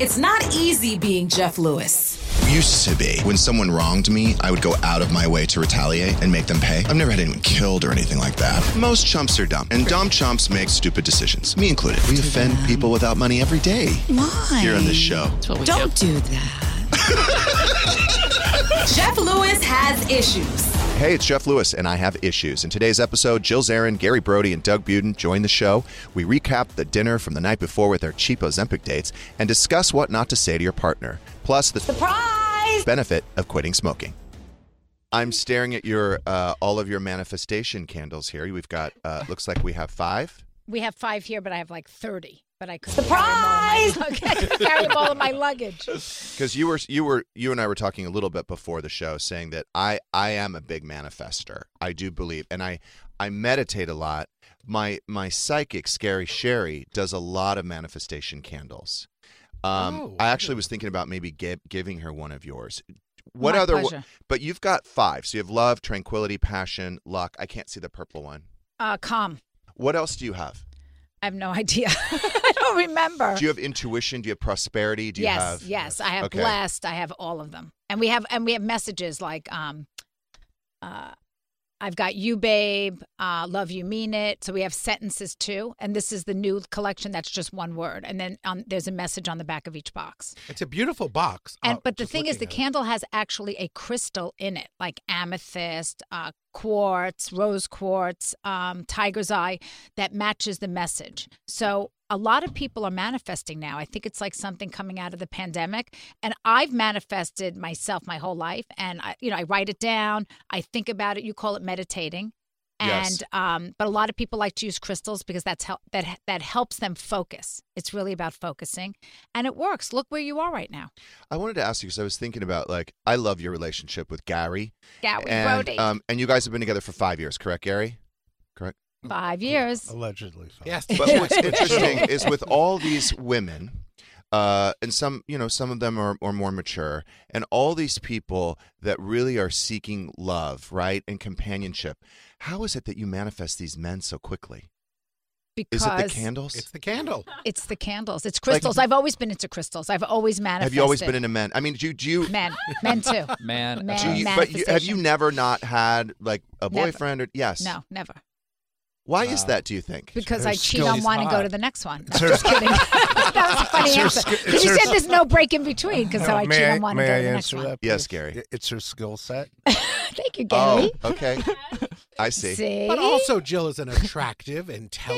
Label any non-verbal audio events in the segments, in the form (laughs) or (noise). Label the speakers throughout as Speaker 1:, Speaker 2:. Speaker 1: It's not easy being Jeff Lewis.
Speaker 2: Used to be. When someone wronged me, I would go out of my way to retaliate and make them pay. I've never had anyone killed or anything like that. Most chumps are dumb, and dumb chumps make stupid decisions, me included. We offend people without money every day
Speaker 1: Why?
Speaker 2: here on this show.
Speaker 3: That's what we
Speaker 1: Don't
Speaker 3: do.
Speaker 1: do that. (laughs) Jeff Lewis has issues.
Speaker 2: Hey, it's Jeff Lewis, and I have issues. In today's episode, Jill Zarin, Gary Brody, and Doug Buden join the show. We recap the dinner from the night before with our cheap Ozempic dates and discuss what not to say to your partner, plus the
Speaker 1: Surprise!
Speaker 2: benefit of quitting smoking. I'm staring at your uh, all of your manifestation candles here. We've got uh, looks like we have five.
Speaker 4: We have five here, but I have like 30. But I could (laughs) carry them all in my luggage.
Speaker 2: Because you were you were you and I were talking a little bit before the show, saying that I I am a big manifester. I do believe, and I I meditate a lot. My my psychic scary Sherry does a lot of manifestation candles.
Speaker 4: Oh,
Speaker 2: Um, I actually was thinking about maybe gi- giving her one of yours. What
Speaker 3: My
Speaker 2: other? one-
Speaker 3: pleasure.
Speaker 2: But you've got five. So you have love, tranquility, passion, luck. I can't see the purple one.
Speaker 4: Uh, calm.
Speaker 2: What else do you have?
Speaker 4: I have no idea. (laughs) I don't remember.
Speaker 2: Do you have intuition? Do you have prosperity? Do you
Speaker 4: Uh, yes, yes.
Speaker 2: have
Speaker 4: I have
Speaker 2: Okay.
Speaker 4: blessed. I have all of them. And we have and we have messages like um uh I've got you, babe. Uh, love you, mean it. So we have sentences too, and this is the new collection. That's just one word, and then um, there's a message on the back of each box.
Speaker 5: It's a beautiful box.
Speaker 4: And
Speaker 5: Uh,
Speaker 4: but the
Speaker 5: just
Speaker 4: thing is, the
Speaker 5: looking at
Speaker 4: candle has actually a crystal in it, like amethyst, uh, quartz, rose quartz, um, tiger's eye, that matches the message. So a lot of people are manifesting now. I think it's like something coming out of the pandemic. And I've manifested myself my whole life, and I, you know, I write it down. I think about it. You call it meditating. And
Speaker 2: Yes.
Speaker 4: um, but a lot of people like to use crystals because that's how that that helps them focus. It's really about focusing, and it works. Look where you are right now.
Speaker 2: I wanted to ask you because I was thinking about like I love your relationship with Gary.
Speaker 4: Gary
Speaker 2: and,
Speaker 4: Brody.
Speaker 2: Um, and you guys have been together for five years, correct,
Speaker 5: (laughs)
Speaker 2: Gary? Correct.
Speaker 4: Five
Speaker 2: oh,
Speaker 4: years.
Speaker 6: Allegedly. so.
Speaker 5: it. Yes.
Speaker 2: But what's interesting is with all these women, uh, and some, you know, some of them are, are more mature, and all these people that really are seeking love, right, and companionship. How is it that you manifest these men so quickly?
Speaker 4: Because
Speaker 2: Is it the candles?
Speaker 5: It's the candle.
Speaker 4: It's the candles. It's crystals. I've always been into crystals. I've always manifested.
Speaker 2: have you always been into men? I mean, do you, do you, (laughs)
Speaker 4: men? Men too. (laughs)
Speaker 3: Man,
Speaker 4: Man.
Speaker 2: do you
Speaker 3: uh,
Speaker 2: but you, have you
Speaker 4: manifestation.
Speaker 2: never not had like a
Speaker 4: Never.
Speaker 2: boyfriend or yes?
Speaker 4: No, never.
Speaker 2: Why
Speaker 5: Uh,
Speaker 2: is that? Do you think?
Speaker 4: Because
Speaker 5: Her
Speaker 4: I cheat on
Speaker 5: skills
Speaker 4: one and go
Speaker 5: high.
Speaker 4: to the next
Speaker 2: (laughs)
Speaker 4: one.
Speaker 6: It's
Speaker 4: No,
Speaker 6: her-
Speaker 4: just kidding. (laughs) that was a funny
Speaker 6: It's her
Speaker 4: answer.
Speaker 6: sk- it's
Speaker 4: 'Cause you
Speaker 6: her
Speaker 4: said
Speaker 6: sk-
Speaker 4: there's no break in between. Because so
Speaker 6: No,
Speaker 4: I
Speaker 6: Oh, may
Speaker 4: cheat on one and
Speaker 6: may
Speaker 4: go
Speaker 6: I
Speaker 4: to the next
Speaker 6: answer
Speaker 4: one.
Speaker 6: that,
Speaker 2: Yes,
Speaker 6: please?
Speaker 2: Gary.
Speaker 6: It- It's her skill set.
Speaker 4: Thank you, Gary. (laughs)
Speaker 2: Oh, okay. I see.
Speaker 4: See,
Speaker 5: But also, Jill is an attractive,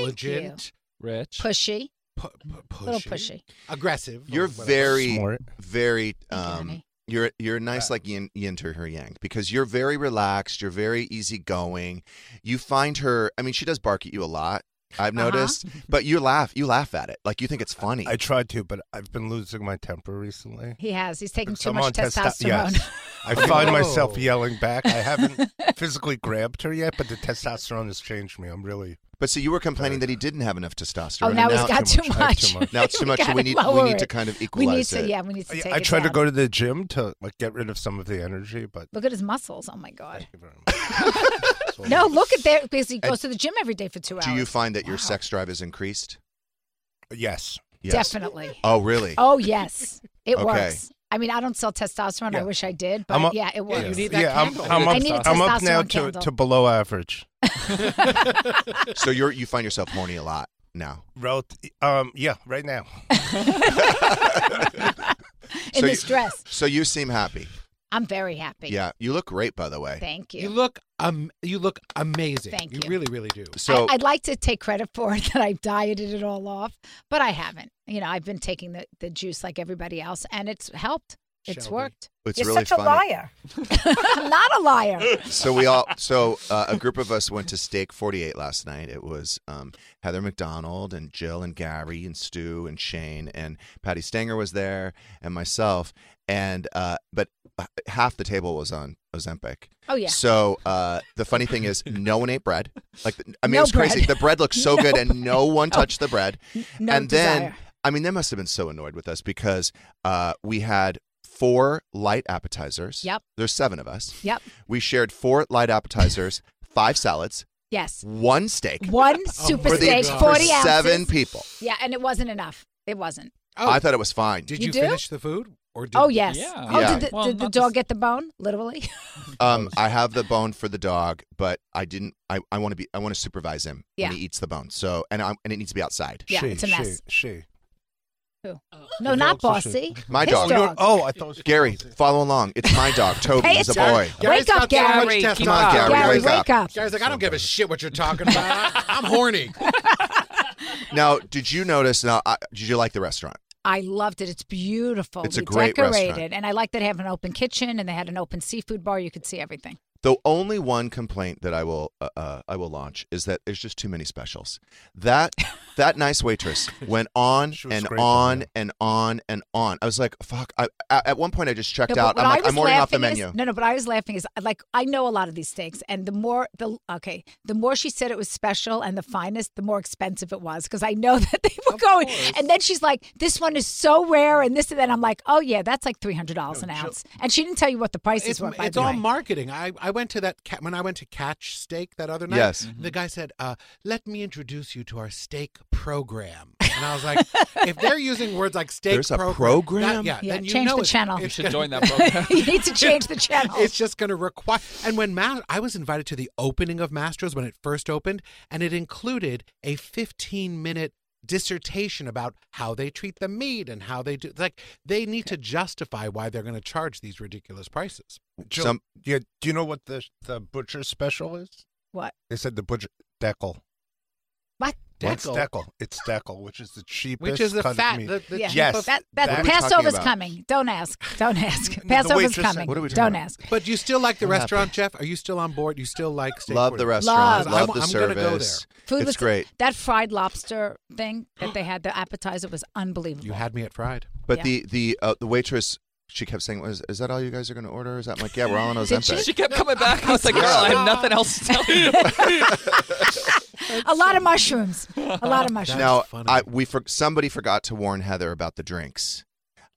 Speaker 5: intelligent,
Speaker 3: rich.
Speaker 4: pushy,
Speaker 5: pu- pu- pushy,
Speaker 4: little pushy.
Speaker 5: aggressive. or
Speaker 2: You're
Speaker 5: whatever.
Speaker 2: very,
Speaker 6: Smart.
Speaker 2: very.
Speaker 4: Thank you,
Speaker 2: Um,
Speaker 4: honey.
Speaker 2: you're you're nice like yin, yin to her yang because you're very relaxed. You're very easygoing. You find her. I mean, she does bark at you a lot. I've
Speaker 4: Uh-huh.
Speaker 2: noticed, but you laugh. You laugh at it like you think it's funny.
Speaker 6: I tried to, but I've been losing my temper recently.
Speaker 4: He has. He's taking too
Speaker 6: I'm
Speaker 4: much
Speaker 6: on testo-
Speaker 4: testosterone.
Speaker 6: yes. I find
Speaker 5: Oh.
Speaker 6: myself yelling back. I haven't physically grabbed her yet, but the testosterone has changed me. I'm really
Speaker 2: but see, you were complaining that he didn't have enough
Speaker 4: (laughs)
Speaker 2: testosterone.
Speaker 4: oh,
Speaker 2: and
Speaker 4: now he's
Speaker 2: now,
Speaker 4: got
Speaker 6: too
Speaker 4: too
Speaker 6: much. I have
Speaker 4: much.
Speaker 6: too much.
Speaker 4: (laughs)
Speaker 2: now it's too much. so
Speaker 4: gotta
Speaker 2: we need we
Speaker 4: lower
Speaker 2: need to
Speaker 4: it.
Speaker 2: kind of
Speaker 4: We
Speaker 2: equalize
Speaker 4: need to.
Speaker 2: it.
Speaker 4: Yeah, we need to
Speaker 6: I,
Speaker 4: take
Speaker 6: I
Speaker 4: it
Speaker 6: tried to
Speaker 4: down.
Speaker 6: go to the gym to like get rid of some of the energy, but
Speaker 4: Look at his muscles. Oh my God.
Speaker 2: (laughs)
Speaker 6: thank you very much. So-
Speaker 4: (laughs) No, look at that because he goes to the gym every day for two hours.
Speaker 2: Do you find that your
Speaker 4: Wow.
Speaker 2: sex drive is increased?
Speaker 6: Yes.
Speaker 2: Yes.
Speaker 4: Definitely.
Speaker 2: Oh, really?
Speaker 4: Oh yes, it
Speaker 2: Okay.
Speaker 4: works. I mean, I don't sell testosterone. I
Speaker 6: Yeah.
Speaker 4: wish I did,
Speaker 6: I'm
Speaker 4: but
Speaker 6: a-
Speaker 4: yeah, it
Speaker 5: Yeah,
Speaker 4: works.
Speaker 5: you need that
Speaker 6: yeah, I'm,
Speaker 5: candle.
Speaker 6: I'm
Speaker 4: I need
Speaker 6: up,
Speaker 4: a
Speaker 6: I'm up now
Speaker 4: testosterone
Speaker 6: to,
Speaker 4: candle.
Speaker 6: to below average.
Speaker 2: so you're you find yourself horny a lot now.
Speaker 6: Rel- um, yeah, right now.
Speaker 4: In
Speaker 2: So
Speaker 4: this
Speaker 2: you-
Speaker 4: dress,
Speaker 2: So you seem happy.
Speaker 4: I'm very happy.
Speaker 2: Yeah, you look great, by the way.
Speaker 4: Thank
Speaker 5: You
Speaker 4: you.
Speaker 5: look um, you look amazing.
Speaker 4: Thank you.
Speaker 5: really, really do.
Speaker 2: So
Speaker 4: I, I'd like to take credit for (laughs) it that I dieted it all off, but I haven't. You know, I've been taking the, the juice like everybody else, and it's helped. It's
Speaker 5: Shelby.
Speaker 4: worked.
Speaker 2: it's
Speaker 4: You're
Speaker 2: really
Speaker 4: such a
Speaker 2: funny.
Speaker 4: liar. I'm not a
Speaker 2: (laughs)
Speaker 4: liar.
Speaker 2: So we all, so uh, a group of us went to Steak 48 last night. It was um, Heather McDonald and Jill and Gary and Stu and Shane and Patty Stanger was there and myself. And uh, but h- half the table was on Ozempic.
Speaker 4: Oh yeah.
Speaker 2: So uh, the funny thing is, no one ate bread. Like I mean,
Speaker 4: No
Speaker 2: it was crazy.
Speaker 4: bread.
Speaker 2: The bread looked so
Speaker 4: No (laughs)
Speaker 2: good, and no one touched the bread.
Speaker 4: No
Speaker 2: and then
Speaker 4: desire.
Speaker 2: I mean, they must have been so annoyed with us because uh, we had four light appetizers.
Speaker 4: Yep.
Speaker 2: There's seven of us.
Speaker 4: Yep.
Speaker 2: We shared four light appetizers,
Speaker 4: (laughs)
Speaker 2: five salads,
Speaker 4: Yes.
Speaker 2: one steak
Speaker 4: One super
Speaker 5: (laughs) Oh,
Speaker 2: for, the-
Speaker 4: steak,
Speaker 5: God.
Speaker 2: for
Speaker 4: forty ounces.
Speaker 2: seven people.
Speaker 4: Yeah, and it wasn't enough. It wasn't.
Speaker 5: Oh,
Speaker 2: I thought it was fine.
Speaker 5: did
Speaker 4: You
Speaker 5: you,
Speaker 4: do?
Speaker 5: finish the food? Or did
Speaker 4: Oh yes.
Speaker 3: Yeah.
Speaker 4: Oh,
Speaker 2: Yeah.
Speaker 4: did the,
Speaker 3: Well,
Speaker 4: did the
Speaker 3: not
Speaker 4: dog
Speaker 3: just-
Speaker 4: get the bone? Literally.
Speaker 2: Um, I have the bone for the dog, but I didn't. I, I want to be. I want to supervise him
Speaker 4: Yeah.
Speaker 2: when he eats the bone. So and I, and it needs to be outside.
Speaker 4: Yeah,
Speaker 6: she,
Speaker 4: it's a mess.
Speaker 6: She. she.
Speaker 4: no,
Speaker 6: the
Speaker 4: not
Speaker 6: dog's
Speaker 4: bossy.
Speaker 2: My
Speaker 4: His
Speaker 2: dog.
Speaker 6: Oh, you're- oh, I thought it was
Speaker 2: Gary, follow along. It's my dog, Toby.
Speaker 4: Hey,
Speaker 2: He's a
Speaker 4: it's our-
Speaker 2: boy.
Speaker 5: Gary's
Speaker 4: Wake up,
Speaker 5: got so much
Speaker 3: Gary.
Speaker 5: testosterone.
Speaker 2: Come on, Gary,
Speaker 4: Gary,
Speaker 2: wake up.
Speaker 5: Gary's like, I don't give a shit what you're talking about. I-
Speaker 2: (laughs)
Speaker 5: I'm horny.
Speaker 2: Now, did you notice? Now, I, did you like the restaurant?
Speaker 4: I loved it. It's beautiful.
Speaker 2: It's
Speaker 4: we
Speaker 2: a great
Speaker 4: decorated,
Speaker 2: restaurant.
Speaker 4: and I like that they have an open kitchen and they had an open seafood bar. You could see everything.
Speaker 2: The only one complaint that I will uh, uh, I will launch is that there's just too many specials. That that nice
Speaker 5: (laughs)
Speaker 2: waitress went on
Speaker 6: She was
Speaker 2: and
Speaker 6: scraping,
Speaker 2: on
Speaker 6: yeah.
Speaker 2: and on and on. I was like, fuck. I, at at one point, I just checked
Speaker 4: No, but
Speaker 2: out.
Speaker 4: what
Speaker 2: I'm
Speaker 4: I
Speaker 2: like,
Speaker 4: was
Speaker 2: I'm ordering off the
Speaker 4: laughing
Speaker 2: menu.
Speaker 4: Is, no, no, but I was laughing is like I know a lot of these steaks, and the more the okay, the more she said it was special and the finest, the more expensive it was because I know (laughs) that they were going. And then she's like, "This one is so rare," and this and that. I'm like, "Oh yeah, that's like three hundred dollars an ounce," and she didn't tell you what the prices
Speaker 5: It's,
Speaker 4: were. By
Speaker 5: it's
Speaker 4: the
Speaker 5: all
Speaker 4: way.
Speaker 5: marketing. I, I went to that ca- when I went to Catch Steak that other night.
Speaker 2: Yes.
Speaker 3: Mm-hmm.
Speaker 5: The guy said, uh, "Let me introduce you to our steak program." And I was
Speaker 3: (laughs)
Speaker 5: like, "If they're using words like steak
Speaker 2: There's a
Speaker 5: program,
Speaker 2: program?
Speaker 5: that- yeah,
Speaker 4: Yeah,
Speaker 5: then you
Speaker 4: change
Speaker 5: know
Speaker 4: the
Speaker 5: it's-
Speaker 4: channel.
Speaker 3: You
Speaker 5: it's
Speaker 3: should
Speaker 5: gonna-
Speaker 3: join that program.
Speaker 4: (laughs) you need to change the channel.
Speaker 5: (laughs) It's just going to require. And when Ma- I was invited to the opening of Masters when it first opened, and it included a 15 minute dissertation about how they treat the meat and how they do. it's Like they need to justify why they're going to charge these ridiculous prices.
Speaker 6: Jill,
Speaker 2: Some-
Speaker 6: yeah, do you know what the the butcher special is?
Speaker 4: what?
Speaker 6: They said the butcher deckle.
Speaker 4: What?
Speaker 6: What's
Speaker 5: Deckel?
Speaker 6: deckle? It's deckle, which is the cheapest.
Speaker 5: Which is the
Speaker 6: cut of
Speaker 5: fat.
Speaker 6: meat.
Speaker 5: The, the
Speaker 4: Yeah.
Speaker 5: cheap
Speaker 6: Yes.
Speaker 5: of-
Speaker 4: That,
Speaker 6: What
Speaker 4: that
Speaker 6: are we
Speaker 4: Passover's
Speaker 2: talking about?
Speaker 4: coming. Don't ask. Don't ask.
Speaker 6: The
Speaker 4: Passover's
Speaker 6: waitress said-
Speaker 4: coming.
Speaker 2: What are we talking
Speaker 4: Don't
Speaker 2: about?
Speaker 4: ask.
Speaker 5: But you still like the
Speaker 2: What
Speaker 5: restaurant, Jeff? Are you still on board? You still like steak?
Speaker 2: Love
Speaker 5: quarter?
Speaker 2: the restaurant.
Speaker 4: Love.
Speaker 2: Love, the
Speaker 5: I'm- I'm gonna
Speaker 2: service.
Speaker 5: go there.
Speaker 4: Food
Speaker 2: it's
Speaker 4: was
Speaker 2: great.
Speaker 4: That fried lobster thing that they had, the appetizer was unbelievable.
Speaker 5: You had me at fried.
Speaker 2: But
Speaker 4: Yeah.
Speaker 2: the the uh, the waitress, she kept saying, "Is, is that all you guys are going to order?" Is that I'm like, yeah, we're all on
Speaker 4: Did she?
Speaker 2: Ozempic.
Speaker 3: She kept coming back. I was like, girl, I have nothing else to tell
Speaker 5: (laughs)
Speaker 3: you.
Speaker 4: a lot of mushrooms. A
Speaker 2: (laughs)
Speaker 4: lot of mushrooms.
Speaker 2: Now,
Speaker 5: funny.
Speaker 2: I, we for, somebody forgot to warn Heather about the drinks.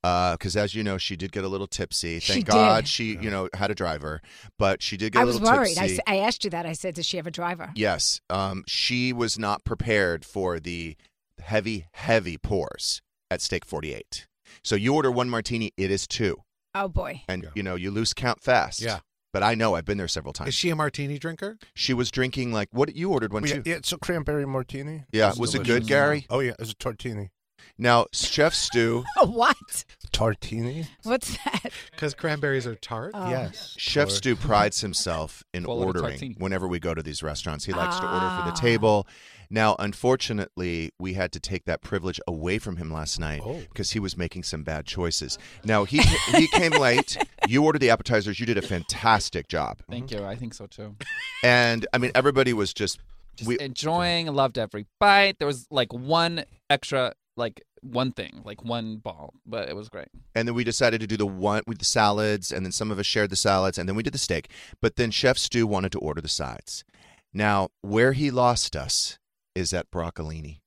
Speaker 2: Because as you know, she did get a little tipsy.
Speaker 4: She
Speaker 2: Thank
Speaker 4: did.
Speaker 2: God she, you know, had a driver, but she did get
Speaker 4: I
Speaker 2: a
Speaker 4: was
Speaker 2: little
Speaker 4: worried.
Speaker 2: tipsy.
Speaker 4: I, s- I asked you that. I said, "Ah." does she have a driver?
Speaker 2: Yes. Um, she was not prepared for the heavy, heavy pours at Steak 48. So you order one martini, it is two.
Speaker 4: Oh, boy. (laughs)
Speaker 2: And,
Speaker 5: Yeah.
Speaker 2: you know, you lose count fast.
Speaker 5: Yeah.
Speaker 2: But I know, I've been there several times.
Speaker 5: Is she Oh, a martini drinker?
Speaker 2: She was drinking, like, what? You ordered one
Speaker 6: Well, yeah,
Speaker 2: too.
Speaker 6: yeah, it's a cranberry martini.
Speaker 2: Yeah,
Speaker 6: It's
Speaker 2: was it good,
Speaker 6: delicious.
Speaker 2: Gary?
Speaker 6: Oh yeah, it was a tortini.
Speaker 2: Now, Chef Stu,
Speaker 4: what?
Speaker 6: Tartini?
Speaker 4: What's that?
Speaker 5: Because cranberries are tart.
Speaker 4: Oh.
Speaker 6: Yes.
Speaker 2: Chef
Speaker 6: Or-
Speaker 2: Stu prides himself in
Speaker 3: Call it a
Speaker 2: ordering
Speaker 3: tartine.
Speaker 2: whenever we go to these restaurants. He likes to order for
Speaker 4: Ah.
Speaker 2: the table. Now, unfortunately, we had to take that privilege away from him last night
Speaker 5: Oh.
Speaker 2: because he was making some bad choices. Now, he ca- he came
Speaker 3: (laughs)
Speaker 2: late. You ordered the appetizers. You did a fantastic job.
Speaker 3: Thank you. I think so too.
Speaker 2: And I mean, everybody was just,
Speaker 3: Just
Speaker 2: we,
Speaker 3: enjoying, loved every bite. There was like one extra, like one thing, like one ball, but it was great.
Speaker 2: and then we decided to do the one with the salads, and then some of us shared the salads, and then we did the steak. But then Chef Stu wanted to order the sides. Now, where he lost us is at broccolini.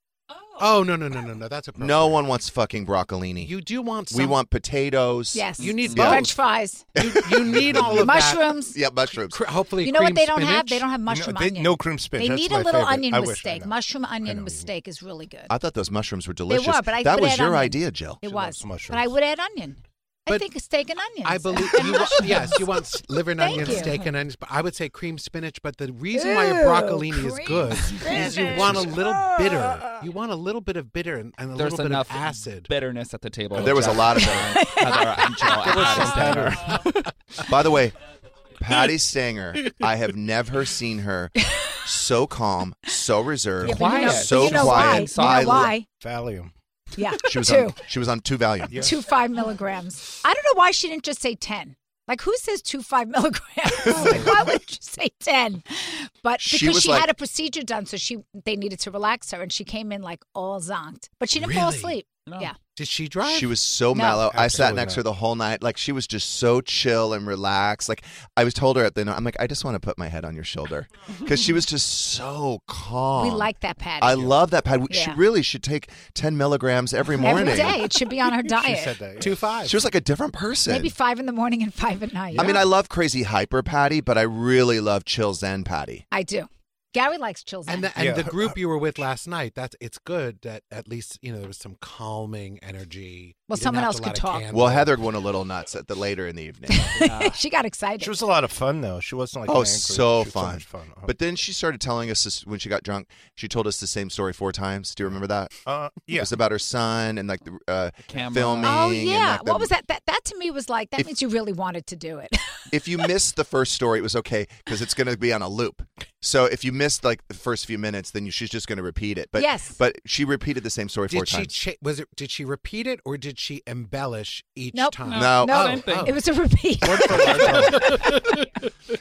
Speaker 5: Oh no no no no no! That's a
Speaker 2: No one wants fucking broccolini.
Speaker 5: You do want. Some,
Speaker 2: we want potatoes.
Speaker 4: Yes.
Speaker 5: You need
Speaker 2: Yeah.
Speaker 5: both.
Speaker 4: French
Speaker 6: (laughs)
Speaker 4: fries.
Speaker 5: You, you
Speaker 4: (laughs)
Speaker 5: need all of that.
Speaker 4: mushrooms.
Speaker 2: Yeah, mushrooms.
Speaker 5: Cr- hopefully,
Speaker 4: You know what
Speaker 5: cream
Speaker 4: they don't
Speaker 5: spinach.
Speaker 4: have? They don't have mushroom
Speaker 6: no, they,
Speaker 4: onion.
Speaker 6: No cream spinach.
Speaker 4: They
Speaker 6: That's
Speaker 4: need
Speaker 6: my
Speaker 4: a little
Speaker 6: favorite. I
Speaker 4: onion with
Speaker 6: wish I
Speaker 4: steak.
Speaker 6: know.
Speaker 4: Mushroom
Speaker 6: know
Speaker 4: onion with
Speaker 6: you.
Speaker 4: steak is really good.
Speaker 2: I thought those mushrooms were delicious.
Speaker 4: but I
Speaker 2: that
Speaker 4: put
Speaker 2: was
Speaker 4: add
Speaker 2: your
Speaker 4: onion.
Speaker 2: idea, Jill.
Speaker 4: it
Speaker 6: She
Speaker 4: was.
Speaker 6: loves
Speaker 4: But
Speaker 6: mushrooms.
Speaker 4: I would add onion. I
Speaker 5: But
Speaker 4: think steak and onions. (laughs)
Speaker 5: I believe you want, yes, you want s- liver and
Speaker 4: Thank
Speaker 5: onions,
Speaker 4: you.
Speaker 5: steak and onions. But I would say cream spinach. But the reason why your
Speaker 4: Ew,
Speaker 5: broccolini is
Speaker 4: cream
Speaker 5: good is you
Speaker 4: spinach. Ah.
Speaker 5: want a little bitter. You want a little bit of bitter and, and a
Speaker 3: There's
Speaker 5: little bit
Speaker 3: enough
Speaker 5: of acid.
Speaker 3: bitterness at the table.
Speaker 2: There was a
Speaker 3: Jeff
Speaker 2: lot of
Speaker 4: (laughs)
Speaker 5: (laughs)
Speaker 3: and Heather and Jill and Adam Taylor.
Speaker 2: By the way,
Speaker 4: (laughs)
Speaker 2: Patty Stanger, I have never seen her so calm, so reserved,
Speaker 4: Yeah, but
Speaker 3: Quiet.
Speaker 4: You know,
Speaker 2: so
Speaker 4: you know
Speaker 2: quiet.
Speaker 4: Why.
Speaker 2: I
Speaker 4: You
Speaker 2: lo-
Speaker 4: know why?
Speaker 6: Valium.
Speaker 4: Yeah.
Speaker 2: She was
Speaker 4: two.
Speaker 2: on. She was on two Valium.
Speaker 4: two five milligrams. I don't know why she didn't just say ten. Like who says two five (laughs)
Speaker 2: (laughs)
Speaker 4: milligrams? like why would you say ten? But
Speaker 2: She
Speaker 4: because
Speaker 2: was
Speaker 4: she
Speaker 2: like-
Speaker 4: had a procedure done, so she they needed to relax her, and she came in like all zonked, but she didn't fall
Speaker 5: Really?
Speaker 4: asleep.
Speaker 3: No.
Speaker 4: Yeah,
Speaker 5: Did she drive?
Speaker 2: She was so
Speaker 4: No.
Speaker 2: mellow. I sat
Speaker 6: Absolutely
Speaker 2: next to her
Speaker 6: not.
Speaker 2: the whole night. Like she was just so chill and relaxed. Like I was told her at the end, I'm like, I just want to put my head on your shoulder because she was just so calm.
Speaker 4: we like that Patty.
Speaker 2: I love that Patty. She
Speaker 4: Yeah.
Speaker 2: really should take 10 milligrams every morning.
Speaker 4: every day. It should be
Speaker 2: (laughs)
Speaker 4: on her
Speaker 6: She
Speaker 4: diet.
Speaker 6: said that. yeah.
Speaker 5: two five.
Speaker 2: She was like a different person.
Speaker 4: Maybe five in the morning and five at night.
Speaker 2: I mean, I love crazy hyper Patty, but I really love chill Zen Patty.
Speaker 4: I do. Gary likes Chills.
Speaker 5: And
Speaker 4: Act.
Speaker 5: the, and
Speaker 6: Yeah.
Speaker 5: the group you were with last night, that's it's good that at least you know there was some calming energy.
Speaker 4: Well,
Speaker 5: You didn't
Speaker 4: someone
Speaker 5: have
Speaker 4: else
Speaker 5: to
Speaker 4: could
Speaker 5: light a
Speaker 4: talk.
Speaker 5: candle.
Speaker 2: Well, Heather went a little nuts at the later in the
Speaker 4: (laughs)
Speaker 2: evening,
Speaker 4: she got excited.
Speaker 6: She was a lot of fun though. She wasn't like
Speaker 2: Oh,
Speaker 6: angry.
Speaker 2: so
Speaker 6: She was
Speaker 2: fun.
Speaker 6: much fun. Uh,
Speaker 2: but then she started telling us this, when she got drunk. She told us the same story four times. Do you remember that?
Speaker 6: uh,
Speaker 2: It
Speaker 6: (laughs) yeah,
Speaker 2: was about her son and like the uh,
Speaker 3: camera.
Speaker 2: filming.
Speaker 4: oh
Speaker 2: and,
Speaker 4: yeah.
Speaker 2: like, the-
Speaker 4: what was that? that? That to me was like that
Speaker 2: If-
Speaker 4: means you really wanted to do it.
Speaker 2: if you missed the first story, it was okay because it's going to be on a loop. So if you missed like the first few minutes, then you, she's just going to repeat it. But
Speaker 4: Yes.
Speaker 2: but she repeated the same story four
Speaker 5: Did she
Speaker 2: times.
Speaker 5: cha- was it? Did she repeat it or did she embellish each
Speaker 4: Nope.
Speaker 5: time? Oh,
Speaker 2: No.
Speaker 4: (laughs) no,
Speaker 3: Same
Speaker 2: oh.
Speaker 3: thing.
Speaker 4: it was a repeat.